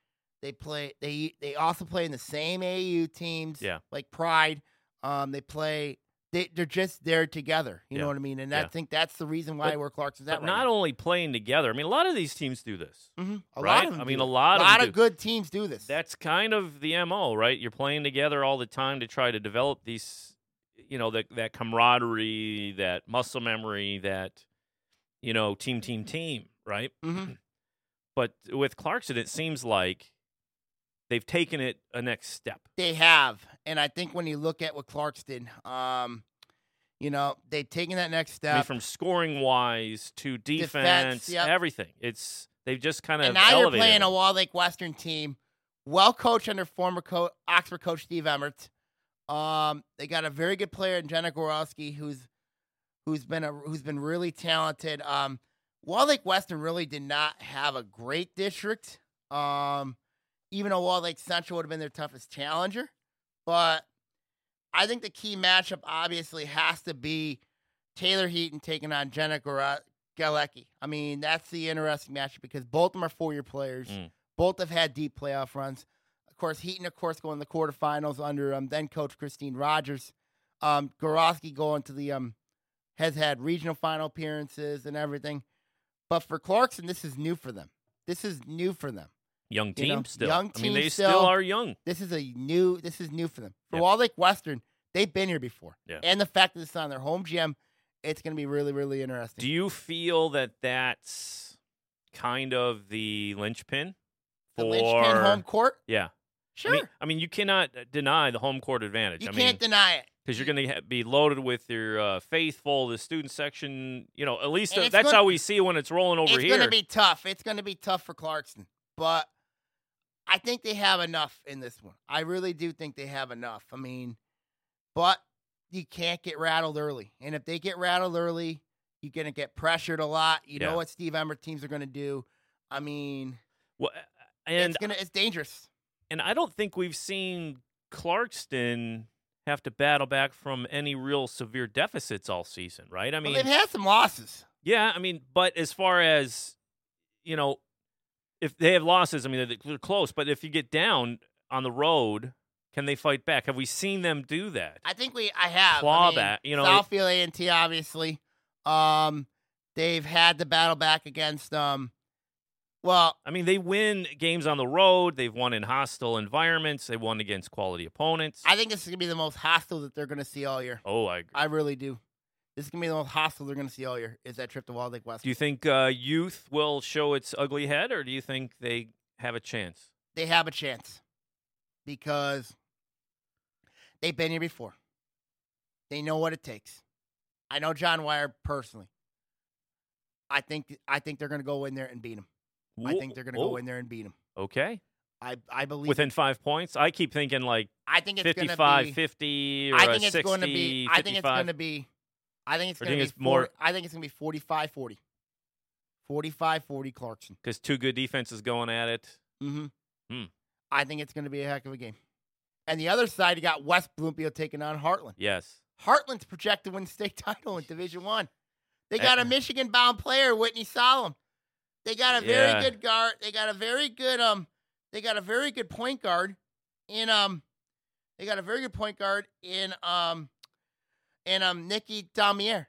Speaker 2: they play they they also play in the same AU teams.
Speaker 1: Yeah.
Speaker 2: Like Pride. Um they play they they're just there together. You
Speaker 1: Yeah.
Speaker 2: know what I mean? And I
Speaker 1: Yeah.
Speaker 2: think that's the reason why
Speaker 1: But-
Speaker 2: where Clarkson's
Speaker 1: But
Speaker 2: at right
Speaker 1: not
Speaker 2: now.
Speaker 1: only playing together. I mean, a lot of these teams do this.
Speaker 2: Mhm. A lot
Speaker 1: right?
Speaker 2: of them
Speaker 1: I mean,
Speaker 2: do.
Speaker 1: a lot,
Speaker 2: lot
Speaker 1: of, them
Speaker 2: of
Speaker 1: do.
Speaker 2: good teams do this.
Speaker 1: That's kind of the mo, right? You're playing together all the time to try to develop these, you know, that that camaraderie, that muscle memory, that you know, team, team, team, right?
Speaker 2: hmm
Speaker 1: But with Clarkson, it seems like they've taken it a next step.
Speaker 2: They have, and I think when you look at what Clarkston, um, you know, they've taken that next
Speaker 1: I mean,
Speaker 2: step.
Speaker 1: from scoring wise to defense,
Speaker 2: yep.
Speaker 1: everything. It's they've just kind of
Speaker 2: and now you're
Speaker 1: elevated.
Speaker 2: playing
Speaker 1: it.
Speaker 2: a Wall Lake Western team, well coached under former co- Oxford coach Steve Emmert. Um, they got a very good player in Jenna Gorowski, who's who's been a who's been really talented. Um, Wall Lake Western really did not have a great district. Um, even though Wall Lake Central would have been their toughest challenger, but I think the key matchup obviously has to be Taylor Heaton taking on Jenna Gora- Galecki. I mean, that's the interesting matchup because both of them are four year players.
Speaker 1: Mm.
Speaker 2: Both have had deep playoff runs. Of course, Heaton, of course, going to the quarterfinals under um, then coach Christine Rogers. Um, Gorosky going to the um, has had regional final appearances and everything. But for Clarkson, this is new for them. This is new for them.
Speaker 1: young team
Speaker 2: you know,
Speaker 1: still.
Speaker 2: young
Speaker 1: I mean,
Speaker 2: team
Speaker 1: they
Speaker 2: still.
Speaker 1: are young.
Speaker 2: This is a new. This is new for them. For
Speaker 1: Yep.
Speaker 2: Wall Lake Western, they've been here before,
Speaker 1: Yeah.
Speaker 2: and the fact that it's on their home gym, it's going to be really, really interesting.
Speaker 1: Do you feel that that's kind of the linchpin for
Speaker 2: the Lynchpin home court?
Speaker 1: Yeah,
Speaker 2: Sure,
Speaker 1: I mean, I mean, you cannot deny the home court advantage.
Speaker 2: you
Speaker 1: I mean,
Speaker 2: can't deny it.
Speaker 1: because you're going to be loaded with your uh, faithful, the student section. You know, at least uh,
Speaker 2: And it's
Speaker 1: that's
Speaker 2: gonna-
Speaker 1: how we see it when it's rolling over
Speaker 2: It's
Speaker 1: here.
Speaker 2: going to be tough. It's going to be tough for Clarkson, but I think they have enough in this one. I really do think they have enough. I mean, but you can't get rattled early, and if they get rattled early, you're going to get pressured a lot. You
Speaker 1: Yeah.
Speaker 2: know what Steve Emmer teams are going to do. I mean,
Speaker 1: Wha- and
Speaker 2: it's gonna it's dangerous.
Speaker 1: and I don't think we've seen Clarkston have to battle back from any real severe deficits all season, right? I
Speaker 2: Well,
Speaker 1: mean,
Speaker 2: they've had some losses.
Speaker 1: Yeah, I mean, but as far as you know, if they have losses, I mean they're, they're close. But if you get down on the road, Can they fight back? Have we seen them do that?
Speaker 2: I think we I have I
Speaker 1: Claw
Speaker 2: mean,
Speaker 1: back, you know, it-
Speaker 2: Southfield A and T obviously. Um, they've had the battle back against um, well,
Speaker 1: I mean, they win games on the road. They've won in hostile environments. They won against quality opponents.
Speaker 2: I think this is gonna be the most hostile that they're gonna see all year.
Speaker 1: oh, I agree.
Speaker 2: I really do. This is gonna be the most hostile they're gonna see all year. Is that trip to Wild Lake West?
Speaker 1: Do you think uh, youth will show its ugly head, or do you think they have a chance?
Speaker 2: they have a chance because they've been here before. They know what it takes. I know John Wire personally. I think I think they're going to go in there and beat him. I think they're going to
Speaker 1: oh.
Speaker 2: go in there and beat him.
Speaker 1: Okay.
Speaker 2: I I believe.
Speaker 1: Within five points? I keep thinking like
Speaker 2: I think it's going to
Speaker 1: 55,
Speaker 2: be.
Speaker 1: 50, or
Speaker 2: I think
Speaker 1: a
Speaker 2: it's
Speaker 1: 60,
Speaker 2: going to be. I think it's
Speaker 1: 55.
Speaker 2: going to be. I think it's
Speaker 1: Or
Speaker 2: going
Speaker 1: think
Speaker 2: to be
Speaker 1: it's more-
Speaker 2: 40 I think it's going to be 45-40. 45-40 Clarkson.
Speaker 1: because two good defenses going at it.
Speaker 2: Mm-hmm.
Speaker 1: Hmm.
Speaker 2: I think it's going to be a heck of a game. And the other side, you got West Bloomfield taking on Heartland.
Speaker 1: Yes.
Speaker 2: Heartland's projected to win state title in Division One. They got a
Speaker 1: Eh.
Speaker 2: Michigan-bound player, Whitney Solomon. They got a very
Speaker 1: Yeah.
Speaker 2: good guard. They got a very good um. They got a very good point guard in um. They got a very good point guard in um, in um Nikki Damier.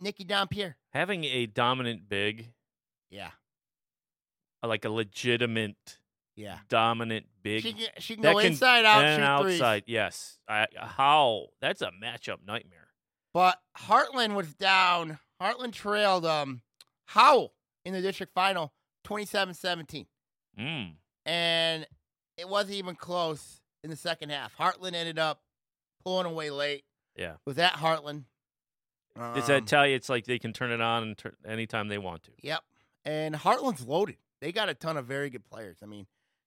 Speaker 2: Nikki Dampierre.
Speaker 1: Having a dominant big, uh,
Speaker 2: Yeah,
Speaker 1: like a legitimate
Speaker 2: yeah.
Speaker 1: dominant big,
Speaker 2: She can she can
Speaker 1: That
Speaker 2: go
Speaker 1: can-
Speaker 2: inside out
Speaker 1: and
Speaker 2: shoot threes.
Speaker 1: outside. Yes. I, how? That's a matchup nightmare.
Speaker 2: But Heartland was down. Heartland trailed um Howell in the district final 27-17.
Speaker 1: Mm.
Speaker 2: And it wasn't even close in the second half. Heartland ended up pulling away late.
Speaker 1: Yeah.
Speaker 2: Was that Heartland?
Speaker 1: Does
Speaker 2: Um,
Speaker 1: that tell you it's like they can turn it on and turn, anytime they want to?
Speaker 2: Yep. And Heartland's loaded. They got a ton of very good players. I mean,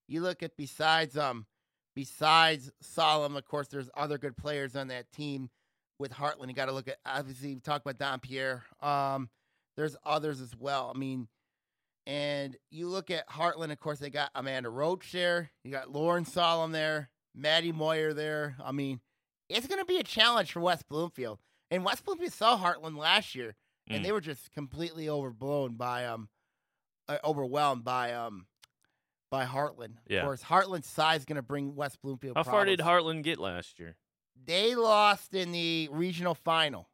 Speaker 2: you look at besides um besides Solemn, of course, there's other good players on that team with Heartland. You gotta look at obviously we talked about Don Pierre. Um there's others as well. I mean, and you look at Heartland, of course, they got Amanda Roach there. You got Lauren Solemn there, Maddie Moyer there. I mean, it's gonna be a challenge for West Bloomfield. And West Bloomfield saw Heartland last year and
Speaker 1: Mm.
Speaker 2: they were just completely overblown by um uh, overwhelmed by um by Heartland.
Speaker 1: Yeah.
Speaker 2: Of course, Heartland's size is going to bring West Bloomfield.
Speaker 1: How far did
Speaker 2: problems.
Speaker 1: Heartland get last year?
Speaker 2: They lost in the regional final.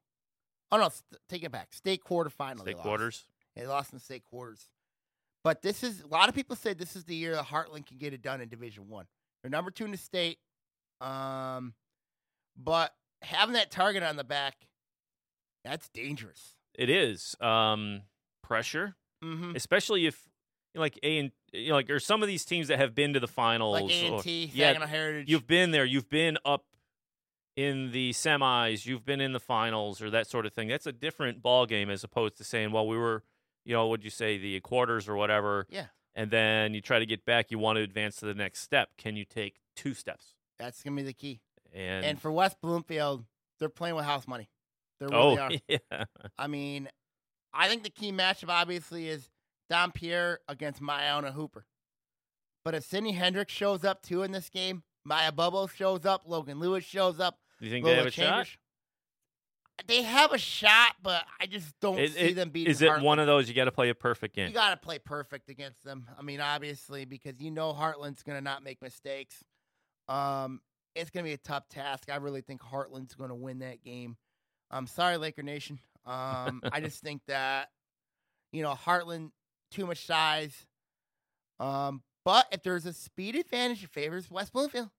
Speaker 2: Oh no, st- take it back. State quarterfinal. they
Speaker 1: State
Speaker 2: lost.
Speaker 1: quarters.
Speaker 2: They lost in the state quarters. But this is a lot of people say this is the year that Heartland can get it done in Division One. They're number two in the state. Um, but having that target on the back, that's dangerous.
Speaker 1: It is um, pressure,
Speaker 2: Mm-hmm.
Speaker 1: especially if you know, like A and you know, like or some of these teams that have been to the finals.
Speaker 2: like A
Speaker 1: or-
Speaker 2: and T,
Speaker 1: oh, yeah,
Speaker 2: Saginaw Heritage.
Speaker 1: you've been there. You've been up in the semis. You've been in the finals or that sort of thing. That's a different ball game as opposed to saying, well, we were, you know, would you say the quarters or whatever.
Speaker 2: Yeah.
Speaker 1: And then you try to get back. You want to advance to the next step. Can you take two steps?
Speaker 2: That's gonna be the key.
Speaker 1: And,
Speaker 2: And, for West Bloomfield, they're playing with house money. They
Speaker 1: oh
Speaker 2: really are.
Speaker 1: yeah,
Speaker 2: I mean, I think the key matchup obviously is Don Pierre against Maiona Hooper. But if Sidney Hendricks shows up too in this game, Maya Bubbo shows up, Logan Lewis shows up,
Speaker 1: you think they
Speaker 2: Lola
Speaker 1: have a shot?
Speaker 2: Chambers. They have a shot, but I just don't
Speaker 1: It-
Speaker 2: see
Speaker 1: it-
Speaker 2: them beating.
Speaker 1: Is it
Speaker 2: Heartland.
Speaker 1: one of those you got to play a perfect game?
Speaker 2: You got to play perfect against them. I mean, obviously, because you know Heartland's going to not make mistakes. Um, it's going to be a tough task. I really think Heartland's going to win that game. I'm sorry, Laker Nation. Um, I just think that you know Heartland too much size. Um, but if there's a speed advantage, it favors West Bloomfield.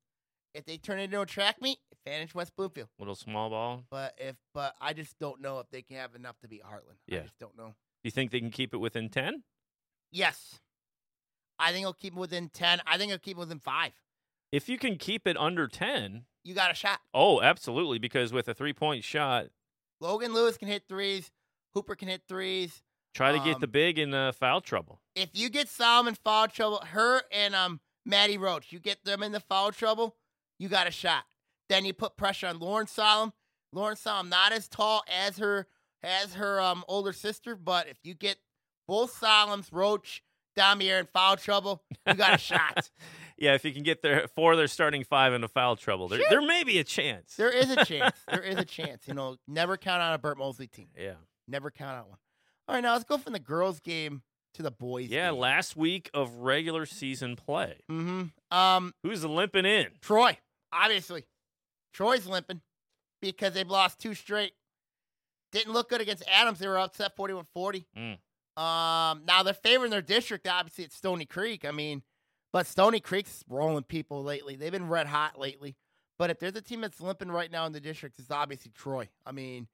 Speaker 2: If they turn it into a track meet, advantage West Bloomfield.
Speaker 1: Little small ball.
Speaker 2: But if but I just don't know if they can have enough to beat Heartland. I
Speaker 1: Yeah.
Speaker 2: just don't know.
Speaker 1: Do you think they can keep it within ten?
Speaker 2: Yes. I think he'll keep him within 10. I think he'll keep him within five.
Speaker 1: If you can keep it under ten,
Speaker 2: You got a shot.
Speaker 1: oh, absolutely, because with a three point shot,
Speaker 2: Logan Lewis can hit threes. Hooper can hit threes.
Speaker 1: try to get
Speaker 2: Um,
Speaker 1: the big in uh, foul trouble.
Speaker 2: If you get Solomon foul trouble, her and um Maddie Roach, you get them in the foul trouble, you got a shot. Then you put pressure on Lauren Solomon. Lauren Solomon, not as tall as her as her um older sister, but if you get both Solomons, Roach, Damier in foul trouble, you got a shot.
Speaker 1: Yeah, if you can get their four, they're starting five into foul trouble. There,
Speaker 2: Sure.
Speaker 1: there may be a chance.
Speaker 2: There is a chance. There is a chance. You know, never count on a Burt Mosley team.
Speaker 1: yeah,
Speaker 2: Never count out one. All right, now let's go from the girls' game to the boys'
Speaker 1: yeah.
Speaker 2: game.
Speaker 1: Last week of regular season play,
Speaker 2: mm-hmm. Um,
Speaker 1: Who's limping in?
Speaker 2: Troy, obviously. Troy's limping because they've lost two straight. Didn't look good against Adams. They were upset 41 40.
Speaker 1: Mm.
Speaker 2: Um, now they're favoring their district, obviously, it's Stony Creek. I mean, but Stony Creek's rolling people lately. They've been red hot lately. But if there's a team that's limping right now in the district, it's obviously Troy. I mean,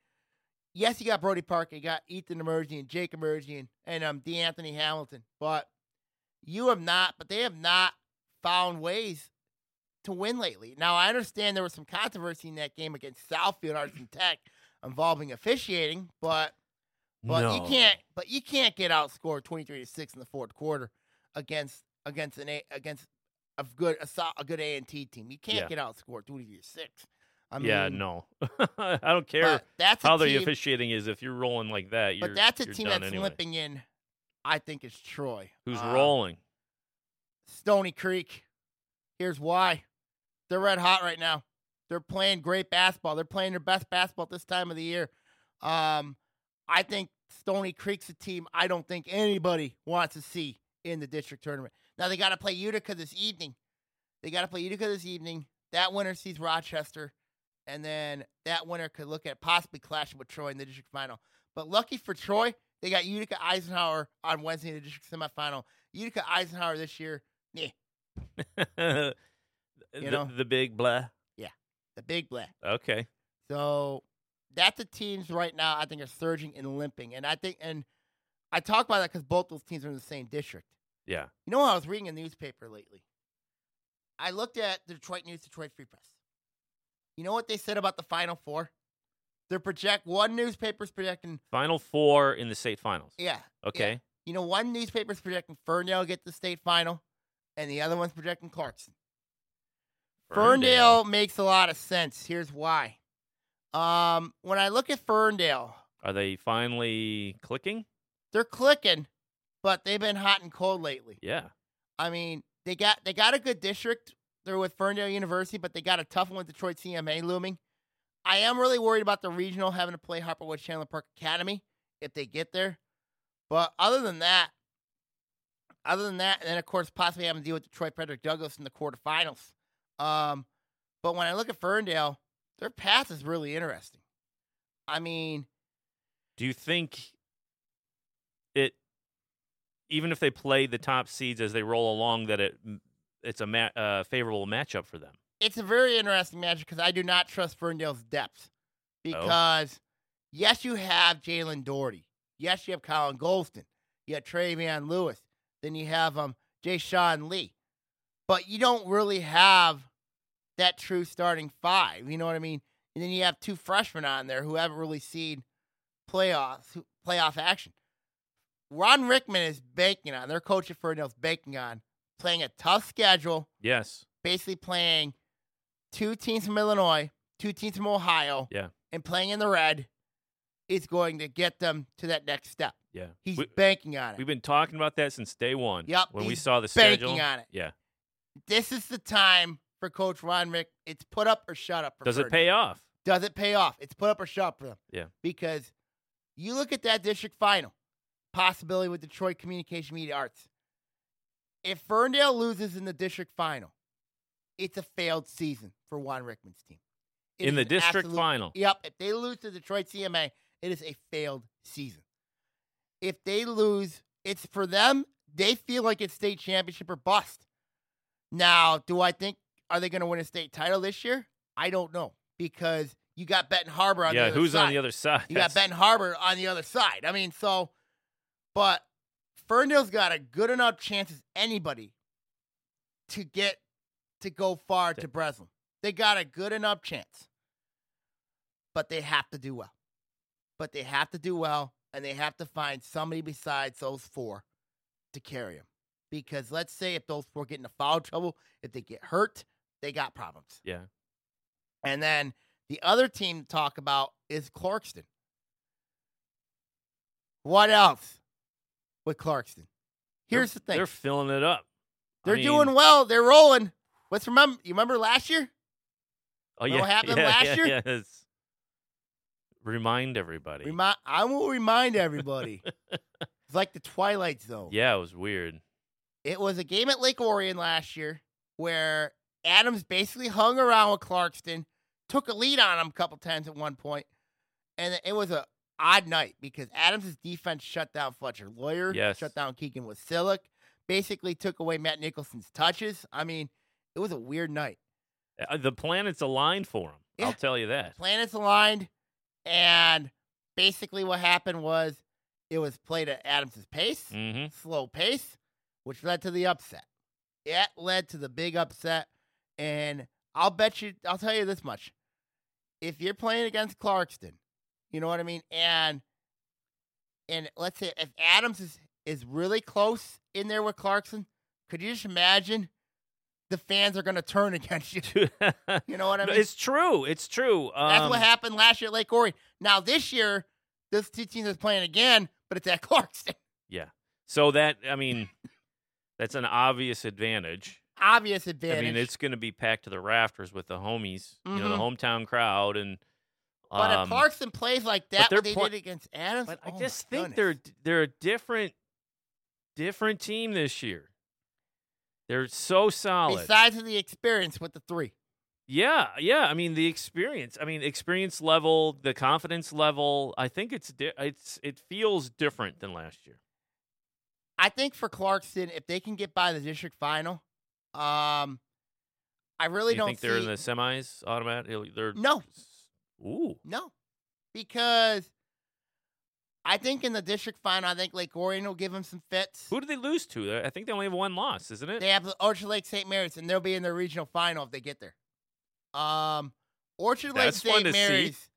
Speaker 2: yes, you got Brody Park, you got Ethan Emergian, Jake Emergian, and um, DeAnthony Hamilton. But you have not, but they have not found ways to win lately. Now, I understand there was some controversy in that game against Southfield Arts and Tech involving officiating, but but you can't but you can't get outscored 23 to 6 in the fourth quarter against against an a, against a good a, so- a good A&T team. You can't
Speaker 1: Yeah.
Speaker 2: get outscored 23 to 6. I mean,
Speaker 1: yeah, no. I don't
Speaker 2: but
Speaker 1: care
Speaker 2: that's a
Speaker 1: how the
Speaker 2: team,
Speaker 1: officiating is. If you're rolling like that, you're,
Speaker 2: but that's a
Speaker 1: you're
Speaker 2: team
Speaker 1: done
Speaker 2: that's
Speaker 1: anyway.
Speaker 2: limping in. I think it's Troy.
Speaker 1: Who's
Speaker 2: Um,
Speaker 1: rolling?
Speaker 2: Stony Creek. Here's why. They're red hot right now. They're playing great basketball. They're playing their best basketball at this time of the year. Um, I think Stony Creek's a team I don't think anybody wants to see in the district tournament. Now they got to play Utica this evening. They got to play Utica this evening. That winner sees Rochester, and then that winner could look at possibly clashing with Troy in the district final. But lucky for Troy, they got Utica Eisenhower on Wednesday in the district semifinal. Utica Eisenhower this year
Speaker 1: the,
Speaker 2: know?
Speaker 1: the big blah.
Speaker 2: the big black.
Speaker 1: Okay.
Speaker 2: So that's the teams right now I think are surging and limping. And I think and I talk about that because both those teams are in the same district.
Speaker 1: Yeah.
Speaker 2: You know what I was reading a newspaper lately? I looked at the Detroit News, Detroit Free Press. You know what they said about the Final Four? They're project one newspaper's projecting
Speaker 1: Final four in the state finals.
Speaker 2: yeah.
Speaker 1: Okay.
Speaker 2: You know, one newspaper's projecting Ferndale get the state final, and the other one's projecting Clarkson. Ferndale makes a lot of sense. Here's why. Um, when I look at Ferndale,
Speaker 1: Are they finally clicking?
Speaker 2: they're clicking, but they've been hot and cold lately.
Speaker 1: Yeah.
Speaker 2: I mean, they got they got a good district. They're with Ferndale University, but they got a tough one with Detroit CMA looming. I am really worried about the regional having to play Harperwood Chandler Park Academy if they get there. But other than that, other than that, and then of course possibly having to deal with Detroit Frederick Douglass in the quarterfinals. Um, but when I look at Ferndale, their path is really interesting. I mean,
Speaker 1: Do you think it, even if they play the top seeds as they roll along, that it it's a ma- uh, favorable matchup for them?
Speaker 2: it's a very interesting match because I do not trust Ferndale's depth. Because yes, you have Jalen Doherty. Yes, you have Colin Golston. You have Travion Lewis. Then you have um Jay Sean Lee. But you don't really have that true starting five. You know what I mean? And then you have two freshmen on there who haven't really seen playoffs playoff action. Ron Rickman is banking on their coach at Ferndale's banking on playing a tough schedule
Speaker 1: Yes.
Speaker 2: basically playing two teams from Illinois, two teams from Ohio,
Speaker 1: Yeah.
Speaker 2: and playing in the red is going to get them to that next step.
Speaker 1: Yeah.
Speaker 2: He's
Speaker 1: we,
Speaker 2: banking on
Speaker 1: we've
Speaker 2: it.
Speaker 1: been talking about that since day one.
Speaker 2: Yep,
Speaker 1: When we
Speaker 2: he's
Speaker 1: saw the
Speaker 2: Banking
Speaker 1: schedule.
Speaker 2: on it.
Speaker 1: Yeah.
Speaker 2: This is the time for Coach Ron Rick. It's put up or shut up. For
Speaker 1: Does it
Speaker 2: Purdue.
Speaker 1: pay off?
Speaker 2: Does it pay off? It's put up or shut up for them.
Speaker 1: Yeah.
Speaker 2: Because you look at that district final, possibility with Detroit Communication Media Arts. If Ferndale loses in the district final, it's a failed season for Juan Rickman's team. It
Speaker 1: in
Speaker 2: is
Speaker 1: the
Speaker 2: an
Speaker 1: district
Speaker 2: absolute-
Speaker 1: final.
Speaker 2: Yep. If they lose to Detroit CMA, it is a failed season. If they lose, it's for them, they feel like it's state championship or bust. Now, do I think are they going to win a state title this year? I don't know because you got Benton Harbor on the
Speaker 1: yeah.
Speaker 2: other
Speaker 1: Who's
Speaker 2: side.
Speaker 1: on the other side?
Speaker 2: You got
Speaker 1: That's-
Speaker 2: Benton Harbor on the other side. I mean, so, but Ferndale's got a good enough chance as anybody to get to go far to Breslin. They got a good enough chance, but they have to do well. But they have to do well, and they have to find somebody besides those four to carry them. Because let's say if those four get into foul trouble, if they get hurt, they got problems.
Speaker 1: Yeah.
Speaker 2: And then the other team to talk about is Clarkston. What else with Clarkston? Here's
Speaker 1: They're-
Speaker 2: the thing.
Speaker 1: They're filling it up. I
Speaker 2: They're
Speaker 1: mean-
Speaker 2: doing well. They're rolling. Let's remember. You remember last year?
Speaker 1: Oh,
Speaker 2: Remember what happened last year?
Speaker 1: yeah, it's- Remind everybody.
Speaker 2: Remi- I will remind everybody. it's like the Twilight Zone.
Speaker 1: yeah, it was weird.
Speaker 2: It was a game at Lake Orion last year where Adams basically hung around with Clarkston, took a lead on him a couple times at one point, and it was a odd night because Adams' defense shut down Fletcher Lawyer,
Speaker 1: Yes.
Speaker 2: shut down Keegan Wasilic, basically took away Matt Nicholson's touches. I mean, it was a weird night.
Speaker 1: Uh, The planets aligned for him. I'll
Speaker 2: Yeah.
Speaker 1: tell you that.
Speaker 2: planets aligned, and basically what happened was it was played at Adams' pace,
Speaker 1: Mm-hmm.
Speaker 2: slow pace, which led to the upset. It led to the big upset, and I'll bet you, I'll tell you this much: if you're playing against Clarkston, you know what I mean, and and let's say if Adams is is really close in there with Clarkson, could you just imagine the fans are going to turn against you? You know what I mean?
Speaker 1: it's true. It's true. Um,
Speaker 2: That's what happened last year at Lake Orion. Now this year, this two teams is playing again, but it's at Clarkston.
Speaker 1: So that I mean, that's an obvious advantage.
Speaker 2: Obvious
Speaker 1: I
Speaker 2: advantage. Mm-hmm.
Speaker 1: mean, it's going to be packed to the rafters with the homies, you know, the hometown crowd, and.
Speaker 2: but
Speaker 1: um,
Speaker 2: if Clarkson plays like that,
Speaker 1: they're
Speaker 2: what they
Speaker 1: pla-
Speaker 2: did against Adams.
Speaker 1: But I
Speaker 2: oh my
Speaker 1: just think
Speaker 2: goodness.
Speaker 1: they're they're a different different team this year. They're so solid.
Speaker 2: besides of the experience with the three.
Speaker 1: yeah, yeah. I mean the experience. I mean experience level, the confidence level. I think it's di- it's it feels different than last year.
Speaker 2: I think for Clarkson, if they can get by the district final, um, I really
Speaker 1: you
Speaker 2: don't
Speaker 1: think they're in
Speaker 2: see-
Speaker 1: the semis automatically? They're
Speaker 2: No,
Speaker 1: Ooh.
Speaker 2: no, because I think in the district final, I think Lake Orion will give them some fits.
Speaker 1: Who did they lose to? I think they only have one loss, isn't it?
Speaker 2: They have the Orchard Lake St. Mary's, and they'll be in the regional final if they get there. Um, Orchard Lake
Speaker 1: That's fun
Speaker 2: St.
Speaker 1: to see.
Speaker 2: Mary's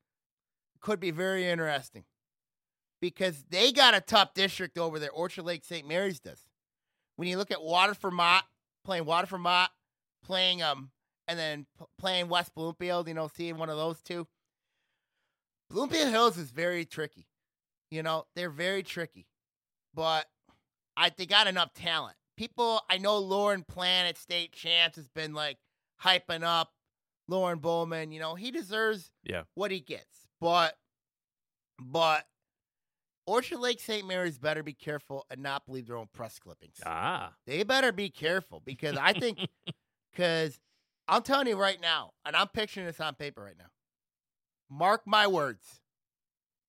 Speaker 2: could be very interesting because they got a tough district over there. Orchard Lake St. Mary's does. When you look at Waterford Mott playing Waterford Mott, playing um, and then p- playing West Bloomfield, you know, seeing one of those two. Bloomfield Hills is very tricky. You know, they're very tricky, but I they got enough talent. People, I know Lauren Planet State Champs has been like hyping up Lauren Bowman. You know, he deserves
Speaker 1: Yeah.
Speaker 2: what he gets, but but Orchard Lake St. Mary's better be careful and not believe their own press clippings.
Speaker 1: Ah.
Speaker 2: They better be careful because I think, because I'm telling you right now, and I'm picturing this on paper right now. Mark my words,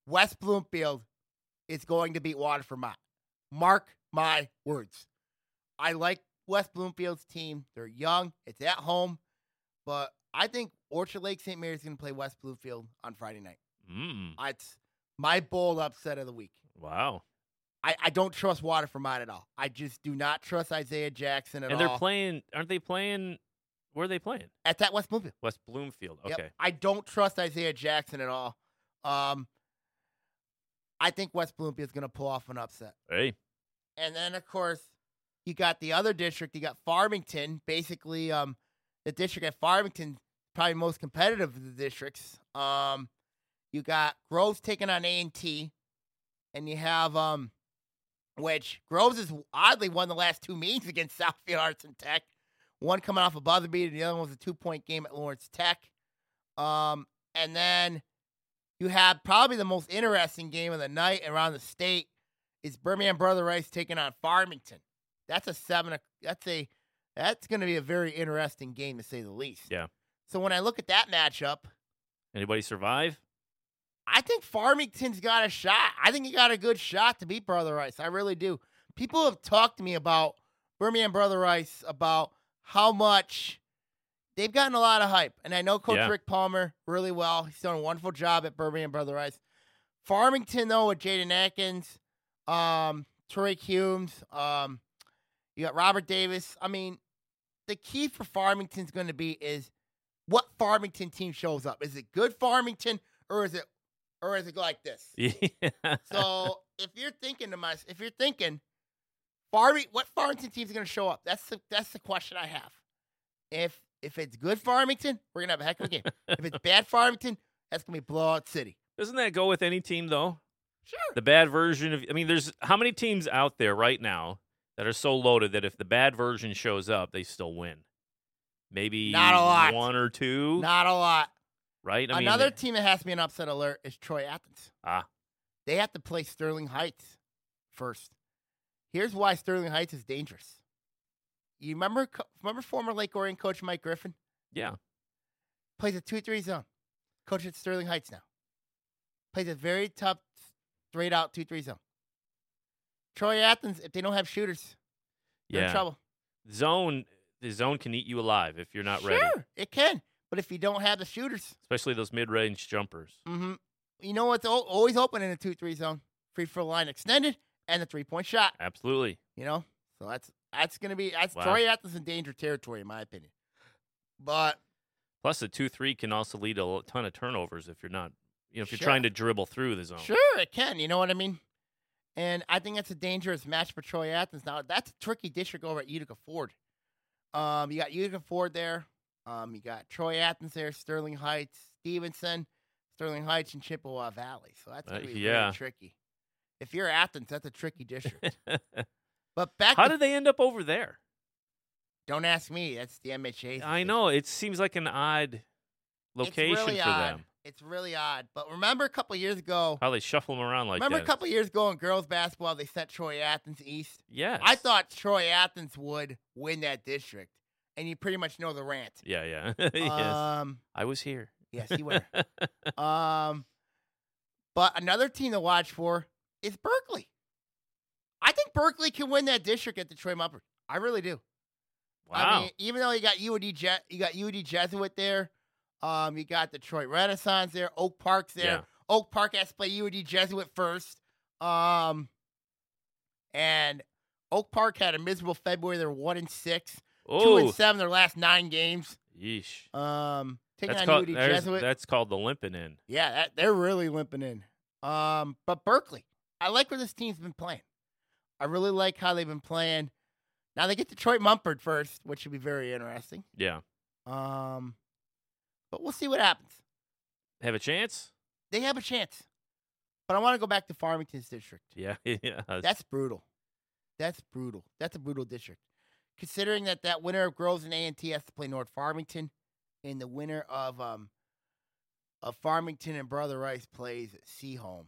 Speaker 2: West Bloomfield is going to beat Waterford Mott. Mark my words. I like West Bloomfield's team. They're young. It's at home, but I think Orchard Lake St. Mary's going to play West Bloomfield on Friday night.
Speaker 1: Mm.
Speaker 2: It's my bold upset of the week.
Speaker 1: Wow.
Speaker 2: I, I don't trust Waterford Mott at all. I just do not trust Isaiah Jackson at
Speaker 1: and they're
Speaker 2: all.
Speaker 1: playing aren't they playing where are they playing?
Speaker 2: at that West Bloomfield.
Speaker 1: West Bloomfield. Okay.
Speaker 2: Yep. I don't trust Isaiah Jackson at all. Um, I think West Bloomfield is going to pull off an upset.
Speaker 1: Hey.
Speaker 2: And then, of course, you got the other district. You got Farmington. Basically, um, the district at Farmington probably most competitive of the districts. Um, you got Groves taking on A and T, and you have um, which Groves has oddly won the last two meetings against Southfield Arts and Tech. One coming off a buzzer beat, and the other one was a two point game at Lawrence Tech. Um, and then you have probably the most interesting game of the night around the state is Birmingham Brother Rice taking on Farmington. That's a seven. o- That's a that's going to be a very interesting game to say the least.
Speaker 1: Yeah.
Speaker 2: So when I look at that matchup,
Speaker 1: Anybody survive?
Speaker 2: I think Farmington's got a shot. I think he got a good shot to beat Brother Rice. I really do. People have talked to me about Birmingham Brother Rice about how much they've gotten a lot of hype. And I know Coach
Speaker 1: Yeah.
Speaker 2: Rick Palmer really well. He's done a wonderful job at Birmingham Brother Rice. Farmington, though, with Jaden Atkins, um, Tariq Humes, um, you got Robert Davis. I mean, the key for Farmington's going to be is what Farmington team shows up. Is it good Farmington or is it or is it like this?
Speaker 1: Yeah.
Speaker 2: So if you're thinking to myself, if you're thinking, Farming, what Farmington team's going to show up? That's the that's the question I have. If if it's good Farmington, we're gonna have a heck of a game. if it's bad Farmington, that's gonna be blowout city.
Speaker 1: Doesn't that go with any team though?
Speaker 2: Sure.
Speaker 1: The bad version of I mean there's how many teams out there right now that are so loaded that if the bad version shows up, they still win. Maybe
Speaker 2: Not a lot.
Speaker 1: one or two,
Speaker 2: Not a lot.
Speaker 1: right? I
Speaker 2: Another
Speaker 1: mean,
Speaker 2: team that has to be an upset alert is Troy Athens.
Speaker 1: Ah.
Speaker 2: They have to play Sterling Heights first. Here's why Sterling Heights is dangerous. You remember co- remember former Lake Orion coach Mike Griffin
Speaker 1: Yeah.
Speaker 2: plays a two three zone. Coach at Sterling Heights now. Plays a very tough straight out two three zone. Troy Athens, if they don't have shooters, they're in
Speaker 1: Yeah.
Speaker 2: trouble.
Speaker 1: Zone the zone can eat you alive if you're not
Speaker 2: sure,
Speaker 1: ready.
Speaker 2: it can, but if you don't have the shooters,
Speaker 1: Especially those mid range jumpers.
Speaker 2: hmm you know what's al- always open in a two three zone? Free throw line extended and a three point shot.
Speaker 1: Absolutely.
Speaker 2: You know, so that's that's gonna be that's
Speaker 1: Wow.
Speaker 2: Troy Athens in danger territory in my opinion. But
Speaker 1: Plus the two three can also lead to a ton of turnovers if you're not you know, if you're
Speaker 2: Sure.
Speaker 1: trying to dribble through the zone.
Speaker 2: Sure, it can. You know what I mean? And I think that's a dangerous match for Troy Athens. Now, that's a tricky district over at Utica Ford. Um, you got Utica Ford there. Um, you got Troy Athens there, Sterling Heights, Stevenson, Sterling Heights, and Chippewa Valley. So that's
Speaker 1: Uh,
Speaker 2: gonna be
Speaker 1: yeah.
Speaker 2: very tricky. If you're Athens, that's a tricky district. but back
Speaker 1: How
Speaker 2: to,
Speaker 1: did they end up over there?
Speaker 2: don't ask me. That's the MHA.
Speaker 1: I know. It seems like an odd location
Speaker 2: it's really
Speaker 1: for
Speaker 2: odd.
Speaker 1: them.
Speaker 2: It's really odd. But remember a couple years ago.
Speaker 1: How they shuffle them around like
Speaker 2: remember
Speaker 1: that.
Speaker 2: a couple years ago in girls basketball, they sent Troy Athens east.
Speaker 1: Yes.
Speaker 2: I thought Troy Athens would win that district, and you pretty much know the rant.
Speaker 1: Yeah, yeah. yes.
Speaker 2: Um,
Speaker 1: I was here.
Speaker 2: yes, you were. um, but another team to watch for is Berkeley. I think Berkeley can win that district at Detroit Muppet. I really do.
Speaker 1: Wow.
Speaker 2: I mean, even though you got UD Je- you got UD Jesuit there, um, you got Detroit Renaissance there, Oak Park's there.
Speaker 1: yeah.
Speaker 2: Oak Park has to play UD Jesuit first. Um, and Oak Park had a miserable February. They're one and six, two and
Speaker 1: Oh,
Speaker 2: seven. Their last nine games.
Speaker 1: yeesh.
Speaker 2: Um, taking
Speaker 1: That's
Speaker 2: on
Speaker 1: called,
Speaker 2: UD
Speaker 1: there's-
Speaker 2: Jesuit.
Speaker 1: that's called the limping in.
Speaker 2: yeah, that, they're really limping in. Um, but Berkeley, I like where this team's been playing. I really like how they've been playing. Now they get Detroit Mumford first, which should be very interesting.
Speaker 1: Yeah.
Speaker 2: Um, but we'll see what happens.
Speaker 1: Have a chance?
Speaker 2: They have a chance. But I want to go back to Farmington's district.
Speaker 1: Yeah. yeah.
Speaker 2: That's brutal. That's brutal. That's a brutal district. Considering that that winner of Groves and A&T has to play North Farmington, and the winner of um of Farmington and Brother Rice plays Seaholm.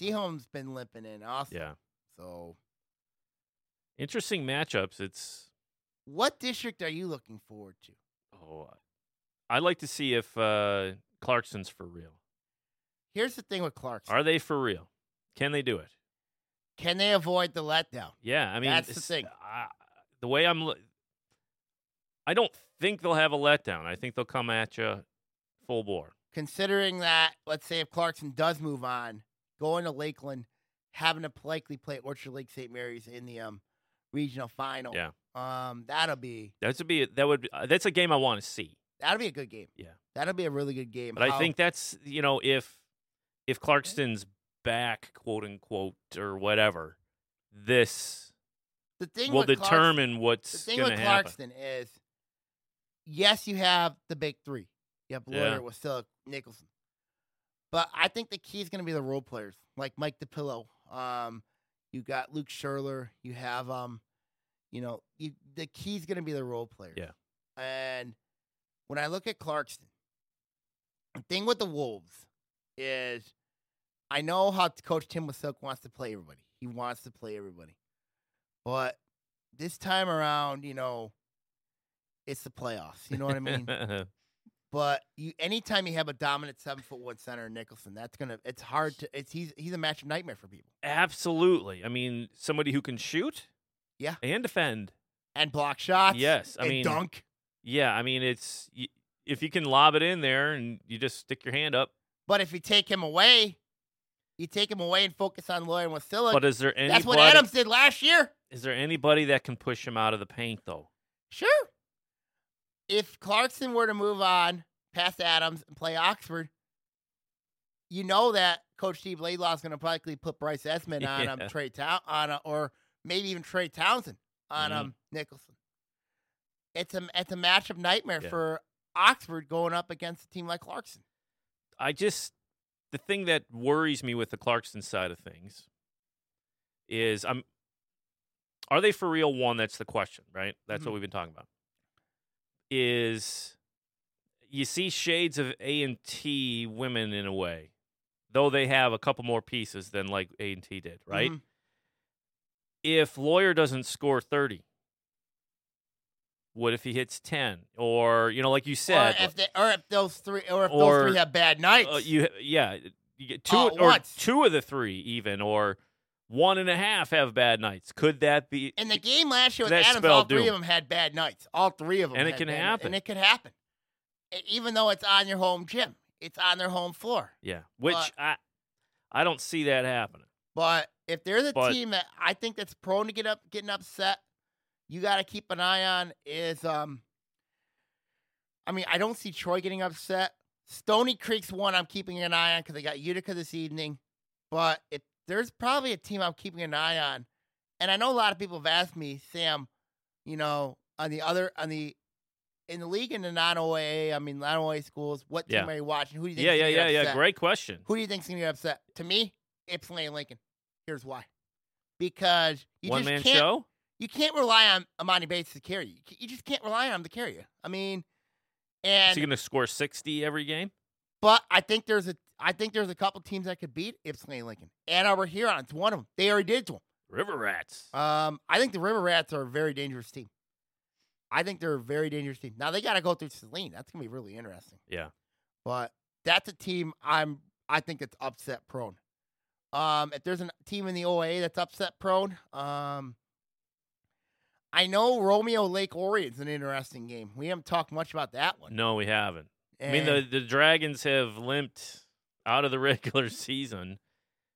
Speaker 2: Seaholm's been limping in also.
Speaker 1: yeah.
Speaker 2: So,
Speaker 1: Interesting matchups. It's,
Speaker 2: what district are you looking forward to?
Speaker 1: oh, I'd like to see if uh, Clarkson's for real.
Speaker 2: Here's the thing with Clarkson.
Speaker 1: Are they for real? Can they do it?
Speaker 2: Can they avoid the letdown?
Speaker 1: Yeah. I mean,
Speaker 2: That's the
Speaker 1: it's-
Speaker 2: thing.
Speaker 1: I- the way I'm, lo- I don't think they'll have a letdown. I think they'll come at you full bore.
Speaker 2: Considering that, let's say if Clarkson does move on, going to Lakeland, having to likely play Orchard Lake St. Mary's in the um regional final.
Speaker 1: Yeah.
Speaker 2: Um, that'll be
Speaker 1: That's a be that would be, uh, that's a game I want to see.
Speaker 2: that'll be a good game.
Speaker 1: Yeah.
Speaker 2: That'll be a really good game.
Speaker 1: But I
Speaker 2: How-
Speaker 1: think that's you know if if Clarkston's back, quote unquote, or whatever, this
Speaker 2: the thing
Speaker 1: will
Speaker 2: with Clarks-
Speaker 1: determine
Speaker 2: the
Speaker 1: what's
Speaker 2: thing
Speaker 1: going
Speaker 2: with
Speaker 1: to happen.
Speaker 2: Clarkston is yes, you have the big three. You have
Speaker 1: Yeah.
Speaker 2: Lawyer with still Nicholson. But I think the key is gonna be the role players, like Mike DePillo. Um, you got Luke Scherler, you have um, you know, you, the key is gonna be the role players.
Speaker 1: Yeah.
Speaker 2: And when I look at Clarkston, the thing with the Wolves is I know how Coach Tim Wasilk wants to play everybody. He wants to play everybody. But this time around, you know, it's the playoffs. You know what I mean? but you anytime you have a dominant seven foot one center in Nicholson, that's gonna it's hard to it's he's he's a matchup nightmare for people.
Speaker 1: Absolutely. I mean, somebody who can shoot,
Speaker 2: Yeah.
Speaker 1: and defend.
Speaker 2: And block shots.
Speaker 1: Yes, I
Speaker 2: and
Speaker 1: mean-
Speaker 2: dunk.
Speaker 1: Yeah, I mean, it's y- if you can lob it in there and you just stick your hand up.
Speaker 2: But if you take him away, you take him away and focus on Lawyer and Wasilla.
Speaker 1: But is there anybody?
Speaker 2: that's what Adams did last year.
Speaker 1: Is there anybody that can push him out of the paint though?
Speaker 2: Sure. If Clarkson were to move on past Adams and play Oxford, you know that Coach Steve Laidlaw is going to probably put Bryce Esmond on um,
Speaker 1: Yeah.
Speaker 2: Trey Tow- on uh, or maybe even Trey Townsend on
Speaker 1: Mhm.
Speaker 2: um, Nicholson. It's a it's a matchup nightmare
Speaker 1: Yeah.
Speaker 2: for Oxford going up against a team like Clarkson.
Speaker 1: I just the thing that worries me with the Clarkson side of things is I'm are they for real one that's the question, right? That's what
Speaker 2: Mhm.
Speaker 1: we've been talking about. Is you see shades of A and T women in a way, though they have a couple more pieces than like A and
Speaker 2: Mm-hmm.
Speaker 1: T did, right?
Speaker 2: Mhm.
Speaker 1: If Lawyer doesn't score 30, What if he hits 10? Or, you know, like you
Speaker 2: Or
Speaker 1: said,
Speaker 2: if, they, or if those three, or if
Speaker 1: Or-
Speaker 2: those three have bad nights,
Speaker 1: uh, you yeah, you get two
Speaker 2: Uh,
Speaker 1: or
Speaker 2: once.
Speaker 1: two of the three even or one and a half have bad nights. Could that be
Speaker 2: in the game last year with
Speaker 1: That
Speaker 2: Adams,
Speaker 1: spelled
Speaker 2: all three
Speaker 1: doom.
Speaker 2: of them had bad nights. All three of them,
Speaker 1: And it
Speaker 2: had
Speaker 1: can
Speaker 2: bad nights.
Speaker 1: happen.
Speaker 2: and it can happen, E- even though it's on your home gym, it's on their home floor.
Speaker 1: Yeah, which
Speaker 2: But-
Speaker 1: I I don't see that happening.
Speaker 2: But if there's a
Speaker 1: But-
Speaker 2: team that I think that's prone to get up getting upset, you got to keep an eye on is um. I mean, I don't see Troy getting upset. Stony Creek's one I'm keeping an eye on because they got Utica this evening. But if there's probably a team I'm keeping an eye on, and I know a lot of people have asked me, Sam, you know, on the other on the in the league in the non OAA, I mean non OAA schools, what team
Speaker 1: Yeah.
Speaker 2: are you watching? Who do you think?
Speaker 1: Yeah,
Speaker 2: is
Speaker 1: yeah,
Speaker 2: gonna
Speaker 1: yeah,
Speaker 2: get
Speaker 1: yeah.
Speaker 2: upset?
Speaker 1: Great question.
Speaker 2: Who do you think's gonna get upset? To me, Ypsilanti and Lincoln. Here's why. Because you
Speaker 1: One
Speaker 2: just
Speaker 1: man
Speaker 2: can't
Speaker 1: show.
Speaker 2: you can't rely on Amani Bates to carry you. You. ca- You just can't rely on him to carry you. I mean,
Speaker 1: Is
Speaker 2: and
Speaker 1: he going to score sixty every game?
Speaker 2: but I think there's a I think there's a couple teams that could beat Ypsilanti and Lincoln. Ann Arbor Huron's one of them. They already did to them.
Speaker 1: River Rats.
Speaker 2: Um, I think the River Rats are a very dangerous team. I think they're a very dangerous team. Now they got to go through Celine. That's gonna be really interesting.
Speaker 1: Yeah.
Speaker 2: but that's a team I'm I think it's upset prone. Um, if there's a team in the OA that's upset prone, um, I know Romeo Lake Orion's an interesting game. We haven't talked much about that one.
Speaker 1: no, we haven't. I mean, the
Speaker 2: And-
Speaker 1: the Dragons have limped out of the regular season.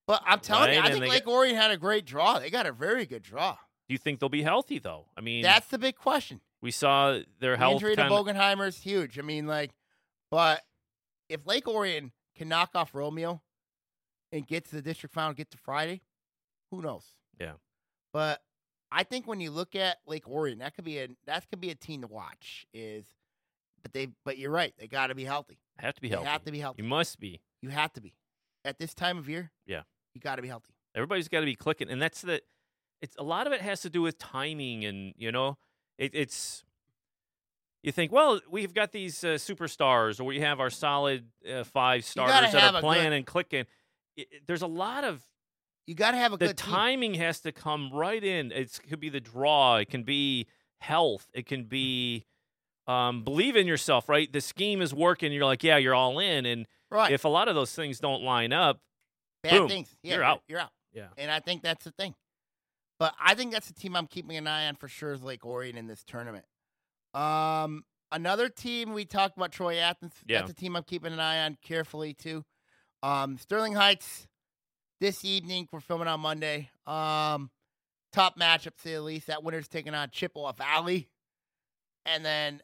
Speaker 2: but I'm telling you,
Speaker 1: Right,
Speaker 2: I
Speaker 1: and
Speaker 2: think
Speaker 1: they
Speaker 2: Lake
Speaker 1: get-
Speaker 2: Orion had a great draw. They got a very good draw.
Speaker 1: Do you think they'll be healthy though? I mean,
Speaker 2: That's the big question.
Speaker 1: we saw their
Speaker 2: The
Speaker 1: health.
Speaker 2: injury to
Speaker 1: kinda-
Speaker 2: Bogenheimer is huge. I mean, like, but if Lake Orion can knock off Romeo and get to the district final, get to Friday, who knows?
Speaker 1: Yeah.
Speaker 2: But I think when you look at Lake Orion, that could be a that could be a team to watch. Is but they but you're right, they got to be healthy.
Speaker 1: have to be
Speaker 2: They
Speaker 1: healthy.
Speaker 2: have to be healthy.
Speaker 1: You must be.
Speaker 2: You have to be at this time of year.
Speaker 1: Yeah.
Speaker 2: you got to be healthy.
Speaker 1: Everybody's got to be clicking, and that's the. It's a lot of it has to do with timing, and you know, it, it's. You think, well, we've got these uh, superstars, or we have our solid uh, five starters that
Speaker 2: have a
Speaker 1: are playing
Speaker 2: good-
Speaker 1: and clicking. I i- there's a lot of
Speaker 2: You got to have a
Speaker 1: the
Speaker 2: good team.
Speaker 1: timing has to come right in. It could be the draw. It can be health. It can be um, believe in yourself. Right, the scheme is working. You're like, yeah, you're all in. And
Speaker 2: Right,
Speaker 1: if a lot of those things don't line up,
Speaker 2: bad
Speaker 1: boom,
Speaker 2: things. Yeah,
Speaker 1: you're out.
Speaker 2: You're out.
Speaker 1: Yeah.
Speaker 2: And I think that's the thing. But I think that's the team I'm keeping an eye on for sure is Lake Orion in this tournament. Um, another team we talked about Troy Athens.
Speaker 1: Yeah.
Speaker 2: That's a team I'm keeping an eye on carefully too. Um, Sterling Heights this evening. We're filming on Monday. Um, top matchup, to say the least. That winner's taking on Chippewa Valley, and then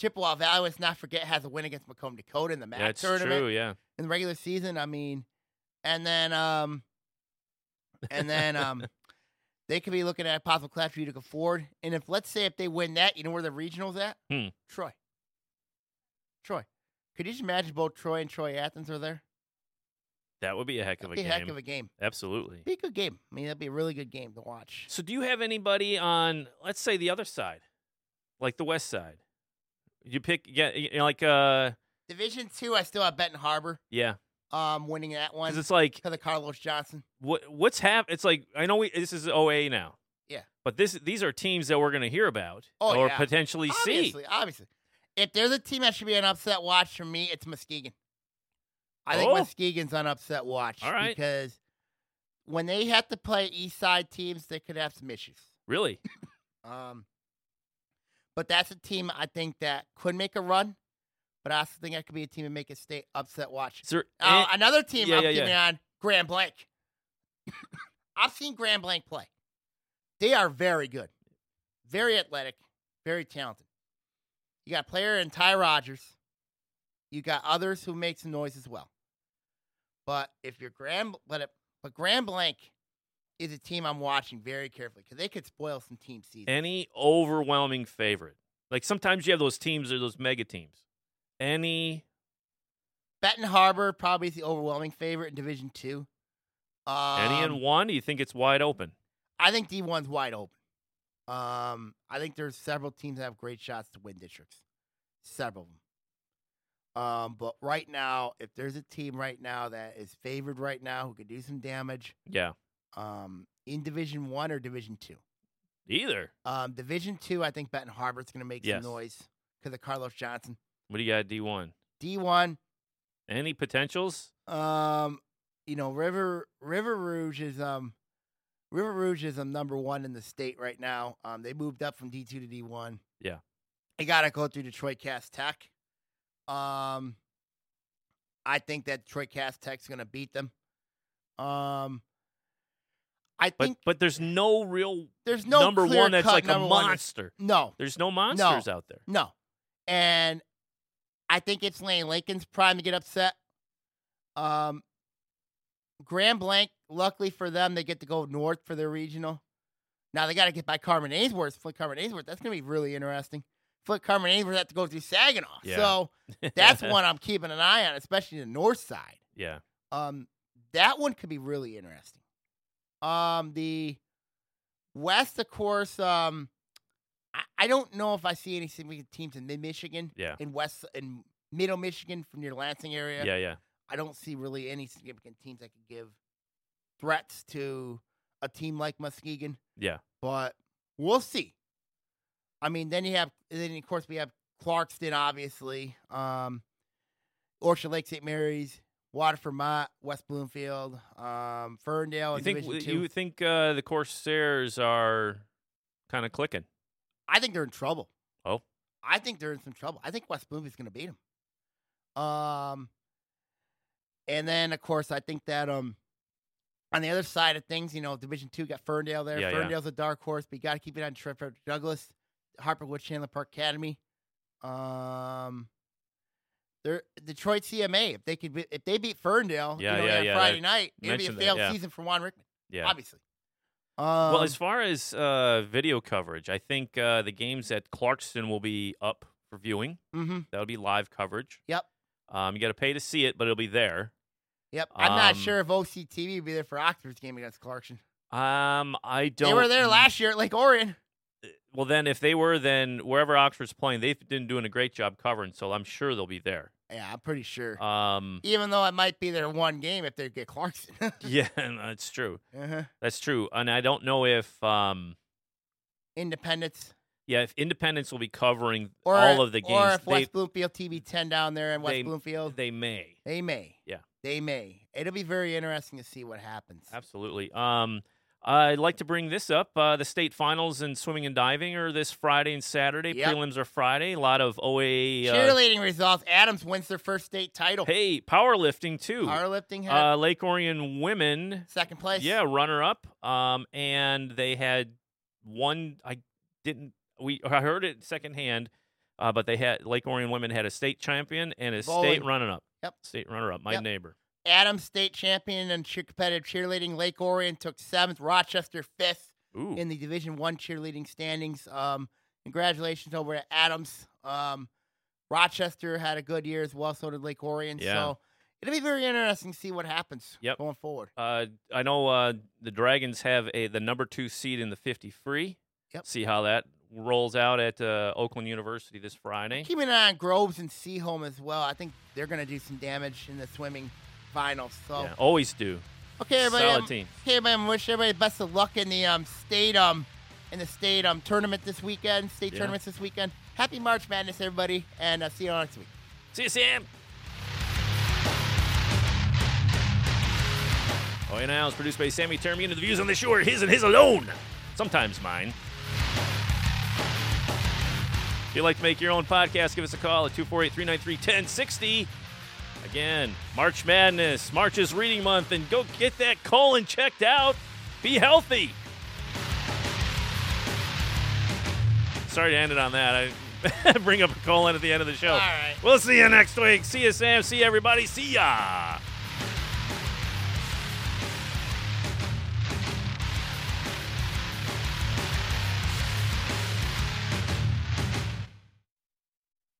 Speaker 2: Chippewa Valley. Let's not forget has a win against Macomb Dakota in the MAC
Speaker 1: that's
Speaker 2: tournament
Speaker 1: true. Yeah.
Speaker 2: in the regular season. I mean, and then um, and then um, they could be looking at a possible clash for Utica Ford. And if let's say if they win that, you know where the regionals at?
Speaker 1: Hmm.
Speaker 2: Troy. Troy. Could you just imagine both Troy and Troy Athens are there?
Speaker 1: That would be a heck of
Speaker 2: That'd
Speaker 1: a
Speaker 2: be a
Speaker 1: game.
Speaker 2: heck of a game.
Speaker 1: Absolutely.
Speaker 2: Be a good game. I mean, that'd be a really good game to watch.
Speaker 1: So, do you have anybody on, let's say, the other side, like the west side? You pick, yeah, you know, like, uh,
Speaker 2: Division two, I still have Benton Harbor
Speaker 1: yeah,
Speaker 2: um winning that one
Speaker 1: because
Speaker 2: because
Speaker 1: it's like,
Speaker 2: of Carlos Johnson.
Speaker 1: what, what's hap? It's like, I know we, this is OA now.
Speaker 2: Yeah.
Speaker 1: But this, these are teams that we're going to hear about
Speaker 2: Oh,
Speaker 1: or
Speaker 2: yeah.
Speaker 1: potentially
Speaker 2: obviously,
Speaker 1: see.
Speaker 2: obviously. If there's a team that should be an upset watch for me, it's Muskegon. I think
Speaker 1: Oh.
Speaker 2: Muskegon's on upset watch
Speaker 1: All right.
Speaker 2: because when they have to play East Side teams, they could have some issues.
Speaker 1: Really?
Speaker 2: Um, but that's a team I think that could make a run, but I also think that could be a team and make a state upset watch.
Speaker 1: Is there
Speaker 2: Uh,
Speaker 1: an-
Speaker 2: another team
Speaker 1: yeah,
Speaker 2: I'm
Speaker 1: yeah,
Speaker 2: keeping on Grand Blank. I've seen Grand Blank play. They are very good, very athletic, very talented. You got a player in Ty Rogers. You got others who make some noise as well. But if you're Grand, but it, but Grand Blank is a team I'm watching very carefully because they could spoil some team season.
Speaker 1: any overwhelming favorite? Like, sometimes you have those teams or those mega teams. Any,
Speaker 2: Benton Harbor probably is the overwhelming favorite in Division Two. Um,
Speaker 1: any and one? Do you think it's wide open?
Speaker 2: I think D1's wide open. Um, I think there's several teams that have great shots to win districts. Several of them. Um, but right now, if there's a team right now that is favored right now who could do some damage,
Speaker 1: Yeah.
Speaker 2: um, in Division One or Division Two,
Speaker 1: Either.
Speaker 2: Um, Division two, I think Benton Harbor's going to make
Speaker 1: Yes.
Speaker 2: some noise because of Carlos Johnson.
Speaker 1: What do you got, D1?
Speaker 2: D one,
Speaker 1: Any potentials?
Speaker 2: um, you know River River Rouge is um, River Rouge is um, number one in the state right now. Um, they moved up from D two to D one.
Speaker 1: Yeah.
Speaker 2: they got to go through Detroit Cast Tech. Um, I think that Detroit Cast Tech's going to beat them. Um, I
Speaker 1: But
Speaker 2: think
Speaker 1: but there's no real
Speaker 2: there's no
Speaker 1: number one that's
Speaker 2: clear-cut
Speaker 1: like a
Speaker 2: number one.
Speaker 1: monster.
Speaker 2: No,
Speaker 1: There's no monsters out there.
Speaker 2: No. And I think it's Lane Lincoln's prime to get upset. Um Grand Blanc, luckily for them, they get to go north for their regional. Now they got to get by Carmen Ainsworth, Flip Carmen Ainsworth. That's going to be really interesting. Flip Carmen Ainsworth have to go through Saginaw.
Speaker 1: Yeah.
Speaker 2: So that's one I'm keeping an eye on, especially the north side.
Speaker 1: Yeah.
Speaker 2: Um, that one could be really interesting. Um, the West, of course. Um, I, I don't know if I see any significant teams in Mid Michigan,
Speaker 1: Yeah.
Speaker 2: in West, in Middle Michigan from your Lansing area.
Speaker 1: Yeah. Yeah.
Speaker 2: I don't see really any significant teams that could give threats to a team like Muskegon.
Speaker 1: Yeah.
Speaker 2: But we'll see. I mean, then you have then of course we have Clarkston, obviously, um, Orchard Lake St. Mary's, Waterford Mott, West Bloomfield, um, Ferndale,
Speaker 1: You
Speaker 2: and
Speaker 1: think
Speaker 2: Division Two.
Speaker 1: you think uh, the Corsairs are kind of clicking?
Speaker 2: I think they're in trouble.
Speaker 1: Oh.
Speaker 2: I think they're in some trouble. I think West Bloomfield's going to beat them. Um, and then of course I think that um, on the other side of things, you know, Division Two got Ferndale there.
Speaker 1: Yeah, yeah.
Speaker 2: Ferndale's a dark horse, but you got to keep it on Trevor Douglas, Harperwood Chandler Park Academy. Um, they're Detroit CMA. If they could, be, if they beat Ferndale,
Speaker 1: Yeah,
Speaker 2: you know,
Speaker 1: yeah,
Speaker 2: on
Speaker 1: yeah,
Speaker 2: Friday
Speaker 1: that-
Speaker 2: night, it'd be a
Speaker 1: mentioned that,
Speaker 2: failed
Speaker 1: yeah.
Speaker 2: season for Juan Rickman,
Speaker 1: Yeah.
Speaker 2: obviously. Um,
Speaker 1: well, as far as uh, video coverage, I think uh, the games at Clarkston will be up for viewing.
Speaker 2: mhm.
Speaker 1: That'll be live coverage.
Speaker 2: Yep.
Speaker 1: Um, you got to pay to see it, but it'll be there.
Speaker 2: Yep. I'm not
Speaker 1: Um,
Speaker 2: sure if OCTV will be there for Oxford's game against Clarkson.
Speaker 1: Um, I don't.
Speaker 2: They were there last year at Lake Orion.
Speaker 1: Well, then, if they were, then wherever Oxford's playing, they've been doing a great job covering, so I'm sure they'll be there.
Speaker 2: Yeah, I'm pretty sure.
Speaker 1: Um,
Speaker 2: Uh, Even though it might be their one game if they get Clarkson.
Speaker 1: yeah, that's true.
Speaker 2: uh-huh.
Speaker 1: That's true. And I don't know if, um,
Speaker 2: Independence.
Speaker 1: yeah, if Independence will be covering
Speaker 2: Or,
Speaker 1: all of the games.
Speaker 2: Or if
Speaker 1: they,
Speaker 2: West Bloomfield TV 10 down there in West
Speaker 1: they-
Speaker 2: Bloomfield.
Speaker 1: they may.
Speaker 2: They may.
Speaker 1: Yeah.
Speaker 2: They may. It'll be very interesting to see what happens.
Speaker 1: Absolutely. Um, I'd like to bring this up. Uh, the state finals in swimming and diving are this Friday and Saturday.
Speaker 2: Yep.
Speaker 1: Prelims are Friday. A lot of OA. Uh,
Speaker 2: Cheerleading results. Adams wins their first state title.
Speaker 1: hey, powerlifting too.
Speaker 2: Powerlifting had
Speaker 1: Uh, Lake Orion women.
Speaker 2: second place.
Speaker 1: Yeah, runner up. Um, and they had one. I didn't. We I heard it secondhand. Uh, but they had Lake Orion women had a state champion and a
Speaker 2: Bowling.
Speaker 1: state runner up.
Speaker 2: Yep.
Speaker 1: State runner up. My
Speaker 2: Yep.
Speaker 1: neighbor.
Speaker 2: Adams state champion in cheer- competitive cheerleading. Lake Orion took seventh. Rochester fifth.
Speaker 1: Ooh.
Speaker 2: in the Division One cheerleading standings. Um, congratulations over to Adams. Um, Rochester had a good year as well, so did Lake Orion.
Speaker 1: Yeah.
Speaker 2: So it'll be very interesting to see what happens
Speaker 1: Yep.
Speaker 2: going forward.
Speaker 1: Uh, I know uh, the Dragons have a the number two seed in the fifty free.
Speaker 2: Yep.
Speaker 1: See how that rolls out at uh, Oakland University this Friday.
Speaker 2: Keeping an eye on Groves and Seaholm as well. I think they're going to do some damage in the swimming finals. So
Speaker 1: Yeah, always do.
Speaker 2: okay, everybody.
Speaker 1: Solid
Speaker 2: um,
Speaker 1: team.
Speaker 2: Okay, man. I Wish everybody best of luck in the um state um in the state um tournament this weekend. State
Speaker 1: Yeah.
Speaker 2: tournaments this weekend. Happy March Madness, everybody, and uh, see you all next week.
Speaker 1: See you, Sam. Oh, and now is produced by Sammy Termian, and the views on the show are his and his alone. Sometimes mine. If you'd like to make your own podcast, give us a call at 248 393 1060. Again, March Madness, March is reading month, and go get that colon checked out. Be healthy. Sorry to end it on that. I bring up a colon at the end of the show.
Speaker 2: All right.
Speaker 1: We'll see you next week. See you, Sam. See you, everybody. See ya.